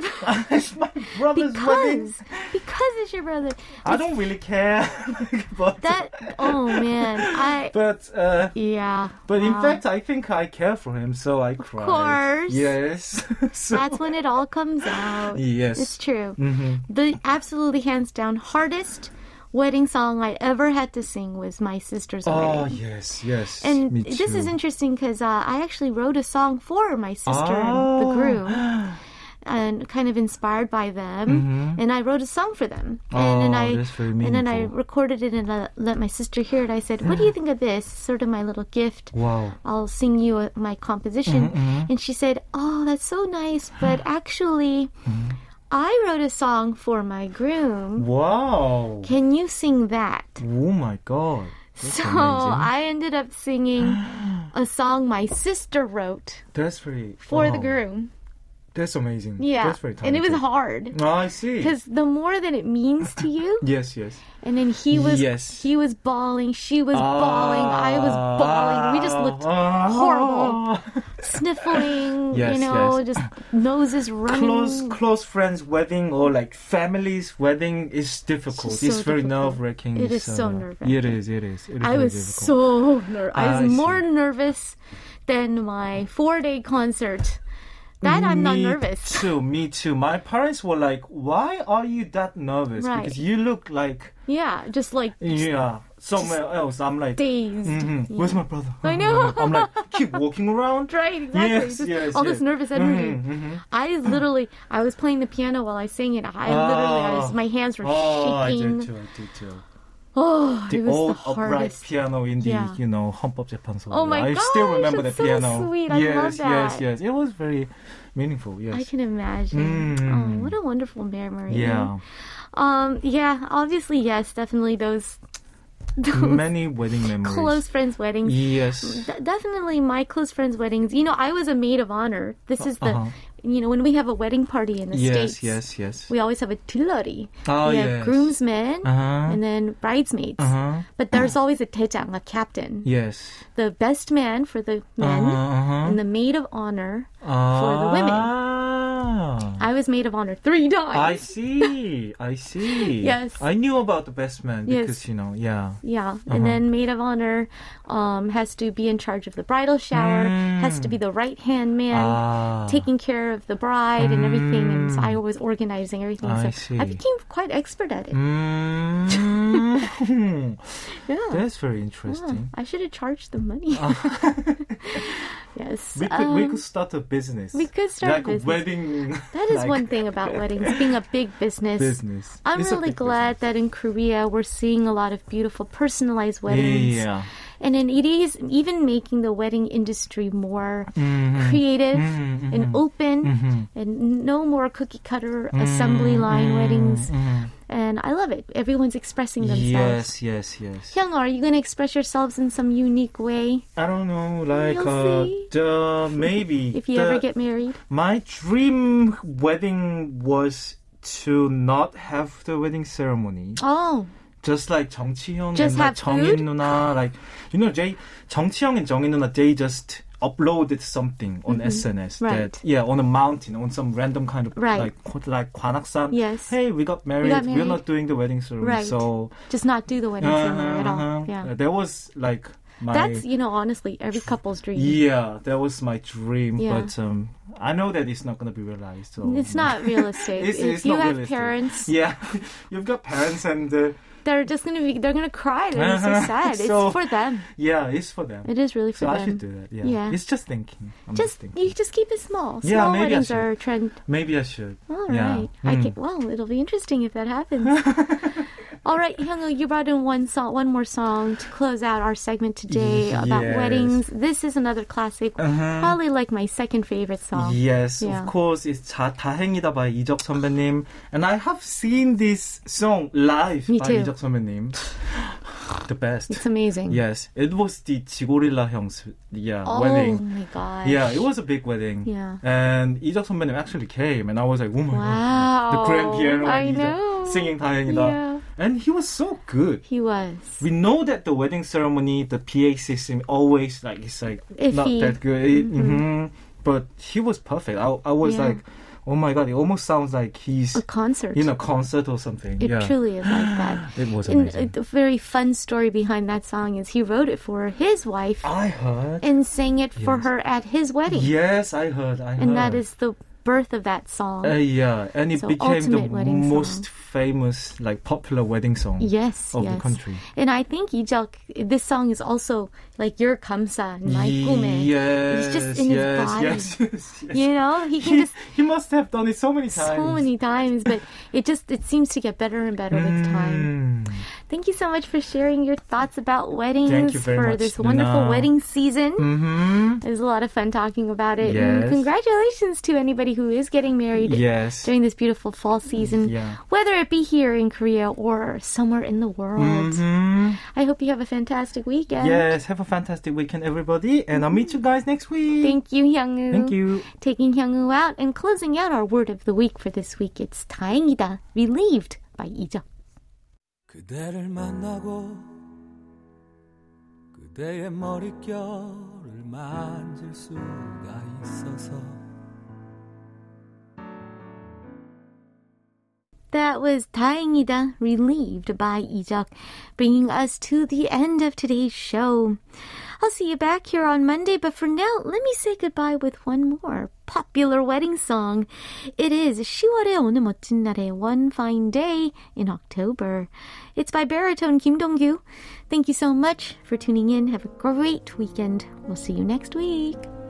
[SPEAKER 4] it's my brother's wedding.
[SPEAKER 1] because because it's your brother.
[SPEAKER 4] I don't really care, but
[SPEAKER 1] That oh man, I
[SPEAKER 4] but uh,
[SPEAKER 1] yeah.
[SPEAKER 4] but in
[SPEAKER 1] wow.
[SPEAKER 4] fact, I think I care for him, so I cried.
[SPEAKER 1] course.
[SPEAKER 4] Yes. so,
[SPEAKER 1] that's when it all comes out.
[SPEAKER 4] Yes.
[SPEAKER 1] It's true.
[SPEAKER 4] Mhm.
[SPEAKER 1] The absolutely hands down hardest wedding song I ever had to sing was my sister's
[SPEAKER 4] Oh
[SPEAKER 1] wedding.
[SPEAKER 4] yes, yes.
[SPEAKER 1] And
[SPEAKER 4] me
[SPEAKER 1] this is
[SPEAKER 4] too.
[SPEAKER 1] interesting because uh, I actually wrote a song for my sister and the
[SPEAKER 4] Oh.
[SPEAKER 1] groom. and kind of inspired by them, and I wrote a song for them. and then
[SPEAKER 4] Mm-hmm. Oh,
[SPEAKER 1] I
[SPEAKER 4] that's very
[SPEAKER 1] and then I
[SPEAKER 4] meaningful.
[SPEAKER 1] recorded it and uh, let my sister hear it. I said, "What do you think of this? Sort of my little gift.
[SPEAKER 4] Wow.
[SPEAKER 1] I'll sing you uh, my composition."
[SPEAKER 4] Mm-hmm,
[SPEAKER 1] And she said, "Oh, that's so nice, but actually,
[SPEAKER 4] Mm-hmm.
[SPEAKER 1] I wrote a song for my groom.
[SPEAKER 4] Wow.
[SPEAKER 1] Can you sing that?"
[SPEAKER 4] Oh my god. That's
[SPEAKER 1] so
[SPEAKER 4] amazing.
[SPEAKER 1] I ended up singing a song my sister wrote
[SPEAKER 4] That's very
[SPEAKER 1] for the
[SPEAKER 4] wow.
[SPEAKER 1] groom.
[SPEAKER 4] That's amazing.
[SPEAKER 1] Yeah,
[SPEAKER 4] That's very
[SPEAKER 1] and it was
[SPEAKER 4] talented.
[SPEAKER 1] hard.
[SPEAKER 4] Oh, I see.
[SPEAKER 1] Because the more that it means to you,
[SPEAKER 4] Yes, yes.
[SPEAKER 1] and then he was
[SPEAKER 4] Yes.
[SPEAKER 1] he was bawling, she was bawling, I was bawling. We just looked
[SPEAKER 4] Ah.
[SPEAKER 1] horrible. sniffling,
[SPEAKER 4] Yes,
[SPEAKER 1] you know, just noses running.
[SPEAKER 4] Close, close friends' wedding or like family's wedding is difficult.
[SPEAKER 1] So
[SPEAKER 4] it's very
[SPEAKER 1] difficult.
[SPEAKER 4] nerve wracking.
[SPEAKER 1] It is so nerve-wracking.
[SPEAKER 4] It is. It is. It is
[SPEAKER 1] I
[SPEAKER 4] very
[SPEAKER 1] was
[SPEAKER 4] difficult.
[SPEAKER 1] so nervous. I
[SPEAKER 4] I
[SPEAKER 1] was
[SPEAKER 4] see.
[SPEAKER 1] more nervous than my four day concert. That I'm not
[SPEAKER 4] me
[SPEAKER 1] nervous.
[SPEAKER 4] Too. Me too. My parents were like, "Why are you that nervous?
[SPEAKER 1] Right.
[SPEAKER 4] Because you look like
[SPEAKER 1] Yeah, just like
[SPEAKER 4] yeah somewhere else." I'm like,
[SPEAKER 1] dazed.
[SPEAKER 4] "Mhm, "Where's my brother?"
[SPEAKER 1] I know.
[SPEAKER 4] I'm like, keep walking around.
[SPEAKER 1] Right, exactly.
[SPEAKER 4] Yes,
[SPEAKER 1] Just
[SPEAKER 4] yes,
[SPEAKER 1] all this
[SPEAKER 4] yes.
[SPEAKER 1] nervous energy.
[SPEAKER 4] Mhm, mhm.
[SPEAKER 1] I literally, I was playing the piano while I sang it. I literally, I was,
[SPEAKER 4] Oh.
[SPEAKER 1] my hands were
[SPEAKER 4] Oh, I
[SPEAKER 1] shaking.
[SPEAKER 4] did too. I did too.
[SPEAKER 1] Oh, it
[SPEAKER 4] the
[SPEAKER 1] was
[SPEAKER 4] old
[SPEAKER 1] the
[SPEAKER 4] upright
[SPEAKER 1] hardest.
[SPEAKER 4] piano in the
[SPEAKER 1] Yeah.
[SPEAKER 4] you know Humpop Japan song.
[SPEAKER 1] Oh my
[SPEAKER 4] I still
[SPEAKER 1] gosh,
[SPEAKER 4] remember
[SPEAKER 1] that's
[SPEAKER 4] the
[SPEAKER 1] so
[SPEAKER 4] piano.
[SPEAKER 1] sweet. I
[SPEAKER 4] yes,
[SPEAKER 1] love that.
[SPEAKER 4] yes, yes. It was very meaningful. Yes.
[SPEAKER 1] I can imagine.
[SPEAKER 4] Mm.
[SPEAKER 1] Oh, what a wonderful memory.
[SPEAKER 4] yeah.
[SPEAKER 1] Um. Yeah. Obviously, yes. Definitely those, those
[SPEAKER 4] Many wedding memories.
[SPEAKER 1] close friends' weddings.
[SPEAKER 4] Yes.
[SPEAKER 1] De- definitely my close friends' weddings. You know, I was a maid of honor. This is the,
[SPEAKER 4] Uh-huh.
[SPEAKER 1] you know, when we have a wedding party in the
[SPEAKER 4] Yes,
[SPEAKER 1] states.
[SPEAKER 4] yes, yes.
[SPEAKER 1] We always have a tulari.
[SPEAKER 4] Oh,
[SPEAKER 1] we have
[SPEAKER 4] yes.
[SPEAKER 1] groomsmen
[SPEAKER 4] Uh-huh.
[SPEAKER 1] and then bridesmaids.
[SPEAKER 4] Uh-huh.
[SPEAKER 1] But there's always a tejang, a captain.
[SPEAKER 4] Yes.
[SPEAKER 1] the best man for the men
[SPEAKER 4] Uh-huh,
[SPEAKER 1] and the maid of honor.
[SPEAKER 4] uh-huh.
[SPEAKER 1] for the women.
[SPEAKER 4] Ah.
[SPEAKER 1] I was maid of honor three
[SPEAKER 4] I
[SPEAKER 1] times.
[SPEAKER 4] see. I see.
[SPEAKER 1] Yes.
[SPEAKER 4] I knew about the best man
[SPEAKER 1] Yes.
[SPEAKER 4] because you know, yeah.
[SPEAKER 1] yeah,
[SPEAKER 4] Uh-huh.
[SPEAKER 1] and then maid of honor um, has to be in charge of the bridal shower, has to be the right hand man,
[SPEAKER 4] Mm. Ah. Mm.
[SPEAKER 1] taking care of the bride and everything. And so I was organizing everything.
[SPEAKER 4] I
[SPEAKER 1] so I
[SPEAKER 4] see.
[SPEAKER 1] became quite expert at it.
[SPEAKER 4] Mm.
[SPEAKER 1] Yeah.
[SPEAKER 4] That's very interesting.
[SPEAKER 1] I should have charged the money. yes.
[SPEAKER 4] Ah. We could we
[SPEAKER 1] um,
[SPEAKER 4] could start a business.
[SPEAKER 1] we could start a
[SPEAKER 4] like
[SPEAKER 1] business.
[SPEAKER 4] wedding.
[SPEAKER 1] that is
[SPEAKER 4] like
[SPEAKER 1] one thing about weddings being a big
[SPEAKER 4] business.
[SPEAKER 1] I'm
[SPEAKER 4] It's a
[SPEAKER 1] really
[SPEAKER 4] big
[SPEAKER 1] glad that in Korea we're seeing a lot of beautiful personalized weddings.
[SPEAKER 4] business. Yeah.
[SPEAKER 1] And then it is even making the wedding industry more
[SPEAKER 4] Mm-hmm. Mm.
[SPEAKER 1] creative and open and no more cookie cutter
[SPEAKER 4] Mm-hmm.
[SPEAKER 1] assembly line weddings. And I love it. Everyone's expressing themselves.
[SPEAKER 4] Mm-hmm. Yes, yes, yes.
[SPEAKER 1] Hyung, are you going to express yourselves in some unique way
[SPEAKER 4] I don't know, like
[SPEAKER 1] You'll
[SPEAKER 4] uh,
[SPEAKER 1] see.
[SPEAKER 4] the maybe.
[SPEAKER 1] if you
[SPEAKER 4] the-
[SPEAKER 1] ever get married?
[SPEAKER 4] my dream wedding was to not have the wedding ceremony.
[SPEAKER 1] Oh,
[SPEAKER 4] Just like Jung Chi Hyung
[SPEAKER 1] Just
[SPEAKER 4] and like
[SPEAKER 1] have
[SPEAKER 4] Jung In
[SPEAKER 1] food?
[SPEAKER 4] Nuna, like you know, they Jung Chi Hyung and Jung In Nuna, they just uploaded something on SNS
[SPEAKER 1] Mm-hmm. Right.
[SPEAKER 4] that yeah, on a mountain, on some random kind of
[SPEAKER 1] Right.
[SPEAKER 4] like qu- like Gwanaksan.
[SPEAKER 1] Yes.
[SPEAKER 4] Hey, we got married.
[SPEAKER 1] married.
[SPEAKER 4] We're not doing the wedding ceremony,
[SPEAKER 1] Right.
[SPEAKER 4] so
[SPEAKER 1] just not do the wedding ceremony at all.
[SPEAKER 4] uh-huh.
[SPEAKER 1] Yeah.
[SPEAKER 4] That was like my
[SPEAKER 1] That's, you know, honestly, every couple's dream.
[SPEAKER 4] yeah, that was my dream,
[SPEAKER 1] Yeah.
[SPEAKER 4] but um, I know that it's not gonna be realized. So
[SPEAKER 1] It's not realistic.
[SPEAKER 4] It's-
[SPEAKER 1] if
[SPEAKER 4] it's
[SPEAKER 1] you
[SPEAKER 4] not
[SPEAKER 1] have
[SPEAKER 4] realistic.
[SPEAKER 1] parents,
[SPEAKER 4] Yeah, you've got parents, and uh,
[SPEAKER 1] they're just gonna be they're gonna cry. They're gonna be so
[SPEAKER 4] Uh-huh.
[SPEAKER 1] sad. It's
[SPEAKER 4] So-
[SPEAKER 1] for them.
[SPEAKER 4] yeah, it's for them.
[SPEAKER 1] It is really for
[SPEAKER 4] so I
[SPEAKER 1] them.
[SPEAKER 4] should do that. Yeah.
[SPEAKER 1] Yeah.
[SPEAKER 4] it's just thinking. I'm just,
[SPEAKER 1] Just
[SPEAKER 4] thinking.
[SPEAKER 1] you just keep it small.
[SPEAKER 4] Yeah,
[SPEAKER 1] small
[SPEAKER 4] maybe I
[SPEAKER 1] weddings
[SPEAKER 4] should.
[SPEAKER 1] are a trend.
[SPEAKER 4] Maybe I should.
[SPEAKER 1] All right.
[SPEAKER 4] Yeah.
[SPEAKER 1] I
[SPEAKER 4] Mm.
[SPEAKER 1] can, well, it'll be interesting if that happens. All right, Hyungwoo, you brought in one song, one more song to close out our segment today about
[SPEAKER 4] Yes. Uh-huh.
[SPEAKER 1] weddings. This is another classic, probably like my second favorite song.
[SPEAKER 4] Yes,
[SPEAKER 1] Yeah.
[SPEAKER 4] of course. It's 자, 다행이다 by 이적 선배님. And I have seen this song live
[SPEAKER 1] Me
[SPEAKER 4] by
[SPEAKER 1] too.
[SPEAKER 4] 이적 선배님. The best.
[SPEAKER 1] It's amazing.
[SPEAKER 4] Yes, it was the Chigorilla Hyung's yeah,
[SPEAKER 1] Oh
[SPEAKER 4] wedding.
[SPEAKER 1] my god.
[SPEAKER 4] Yeah, it was a big wedding.
[SPEAKER 1] Yeah.
[SPEAKER 4] And 이적 선배님 actually came, and I was like, oh my god. The grand
[SPEAKER 1] Wow.
[SPEAKER 4] piano
[SPEAKER 1] I
[SPEAKER 4] and
[SPEAKER 1] know.
[SPEAKER 4] 이적 singing 다행이다.
[SPEAKER 1] Yeah.
[SPEAKER 4] And he was so good.
[SPEAKER 1] He was.
[SPEAKER 4] We know that the wedding ceremony, the PA system always like it's like not
[SPEAKER 1] Iffy. Mm-hmm.
[SPEAKER 4] that good. It- mhm. But he was perfect. I, I was
[SPEAKER 1] Yeah.
[SPEAKER 4] like, oh my god, it almost sounds like he's
[SPEAKER 1] A concert.
[SPEAKER 4] in a concert or something.
[SPEAKER 1] It
[SPEAKER 4] yeah,
[SPEAKER 1] truly is like that.
[SPEAKER 4] it was
[SPEAKER 1] And uh,
[SPEAKER 4] amazing.
[SPEAKER 1] the very fun story behind that song is he wrote it for his wife
[SPEAKER 4] I heard.
[SPEAKER 1] and sang it for
[SPEAKER 4] Oh. Yes.
[SPEAKER 1] her at his wedding.
[SPEAKER 4] Yes, I heard. I heard.
[SPEAKER 1] And that is the birth of that song.
[SPEAKER 4] Uh, yeah, and it
[SPEAKER 1] So
[SPEAKER 4] became the
[SPEAKER 1] ultimate wedding
[SPEAKER 4] most
[SPEAKER 1] song.
[SPEAKER 4] famous, like, popular wedding song.
[SPEAKER 1] Yes,
[SPEAKER 4] of the
[SPEAKER 1] yes.
[SPEAKER 4] country.
[SPEAKER 1] And I think Ijeok, this song is also like your kamsa and my gume.
[SPEAKER 4] Yes,
[SPEAKER 1] It's just in his
[SPEAKER 4] yes,
[SPEAKER 1] body.
[SPEAKER 4] yes, yes, yes.
[SPEAKER 1] You know, he can
[SPEAKER 4] He,
[SPEAKER 1] just
[SPEAKER 4] he must have done it so many times.
[SPEAKER 1] so many times, but it just it seems to get better and better with time.
[SPEAKER 4] Mm.
[SPEAKER 1] Thank you so much for sharing your thoughts about weddings
[SPEAKER 4] Thank you very
[SPEAKER 1] for
[SPEAKER 4] much,
[SPEAKER 1] this wonderful
[SPEAKER 4] Luna.
[SPEAKER 1] wedding season.
[SPEAKER 4] hmm
[SPEAKER 1] It was a lot of fun talking about it. And
[SPEAKER 4] Yes.
[SPEAKER 1] congratulations to anybody who is getting married
[SPEAKER 4] Yes.
[SPEAKER 1] during this beautiful fall season,
[SPEAKER 4] Yeah.
[SPEAKER 1] whether it be here in Korea or somewhere in the world.
[SPEAKER 4] Mhm.
[SPEAKER 1] I hope you have a fantastic weekend.
[SPEAKER 4] Yes, have a fantastic weekend, everybody, and I'll meet you guys next
[SPEAKER 1] Mm-hmm.
[SPEAKER 4] week.
[SPEAKER 1] Thank you, Hyungwoo.
[SPEAKER 4] Thank you.
[SPEAKER 1] Taking Hyungwoo out and closing out our word of the week for this week, it's 다행이다, relieved by Ija.
[SPEAKER 2] 그대를 만나고 그대의 머릿결을 만질 수가 있어서
[SPEAKER 1] That was 다행이다, relieved by Ijak, bringing us to the end of today's show. I'll see you back here on Monday, but for now, let me say goodbye with one more popular wedding song. It is 10월의 어느 멋진 날의 One Fine Day in October. It's by baritone Kim Dong-gyu. Thank you so much for tuning in. Have a great weekend. We'll see you next week.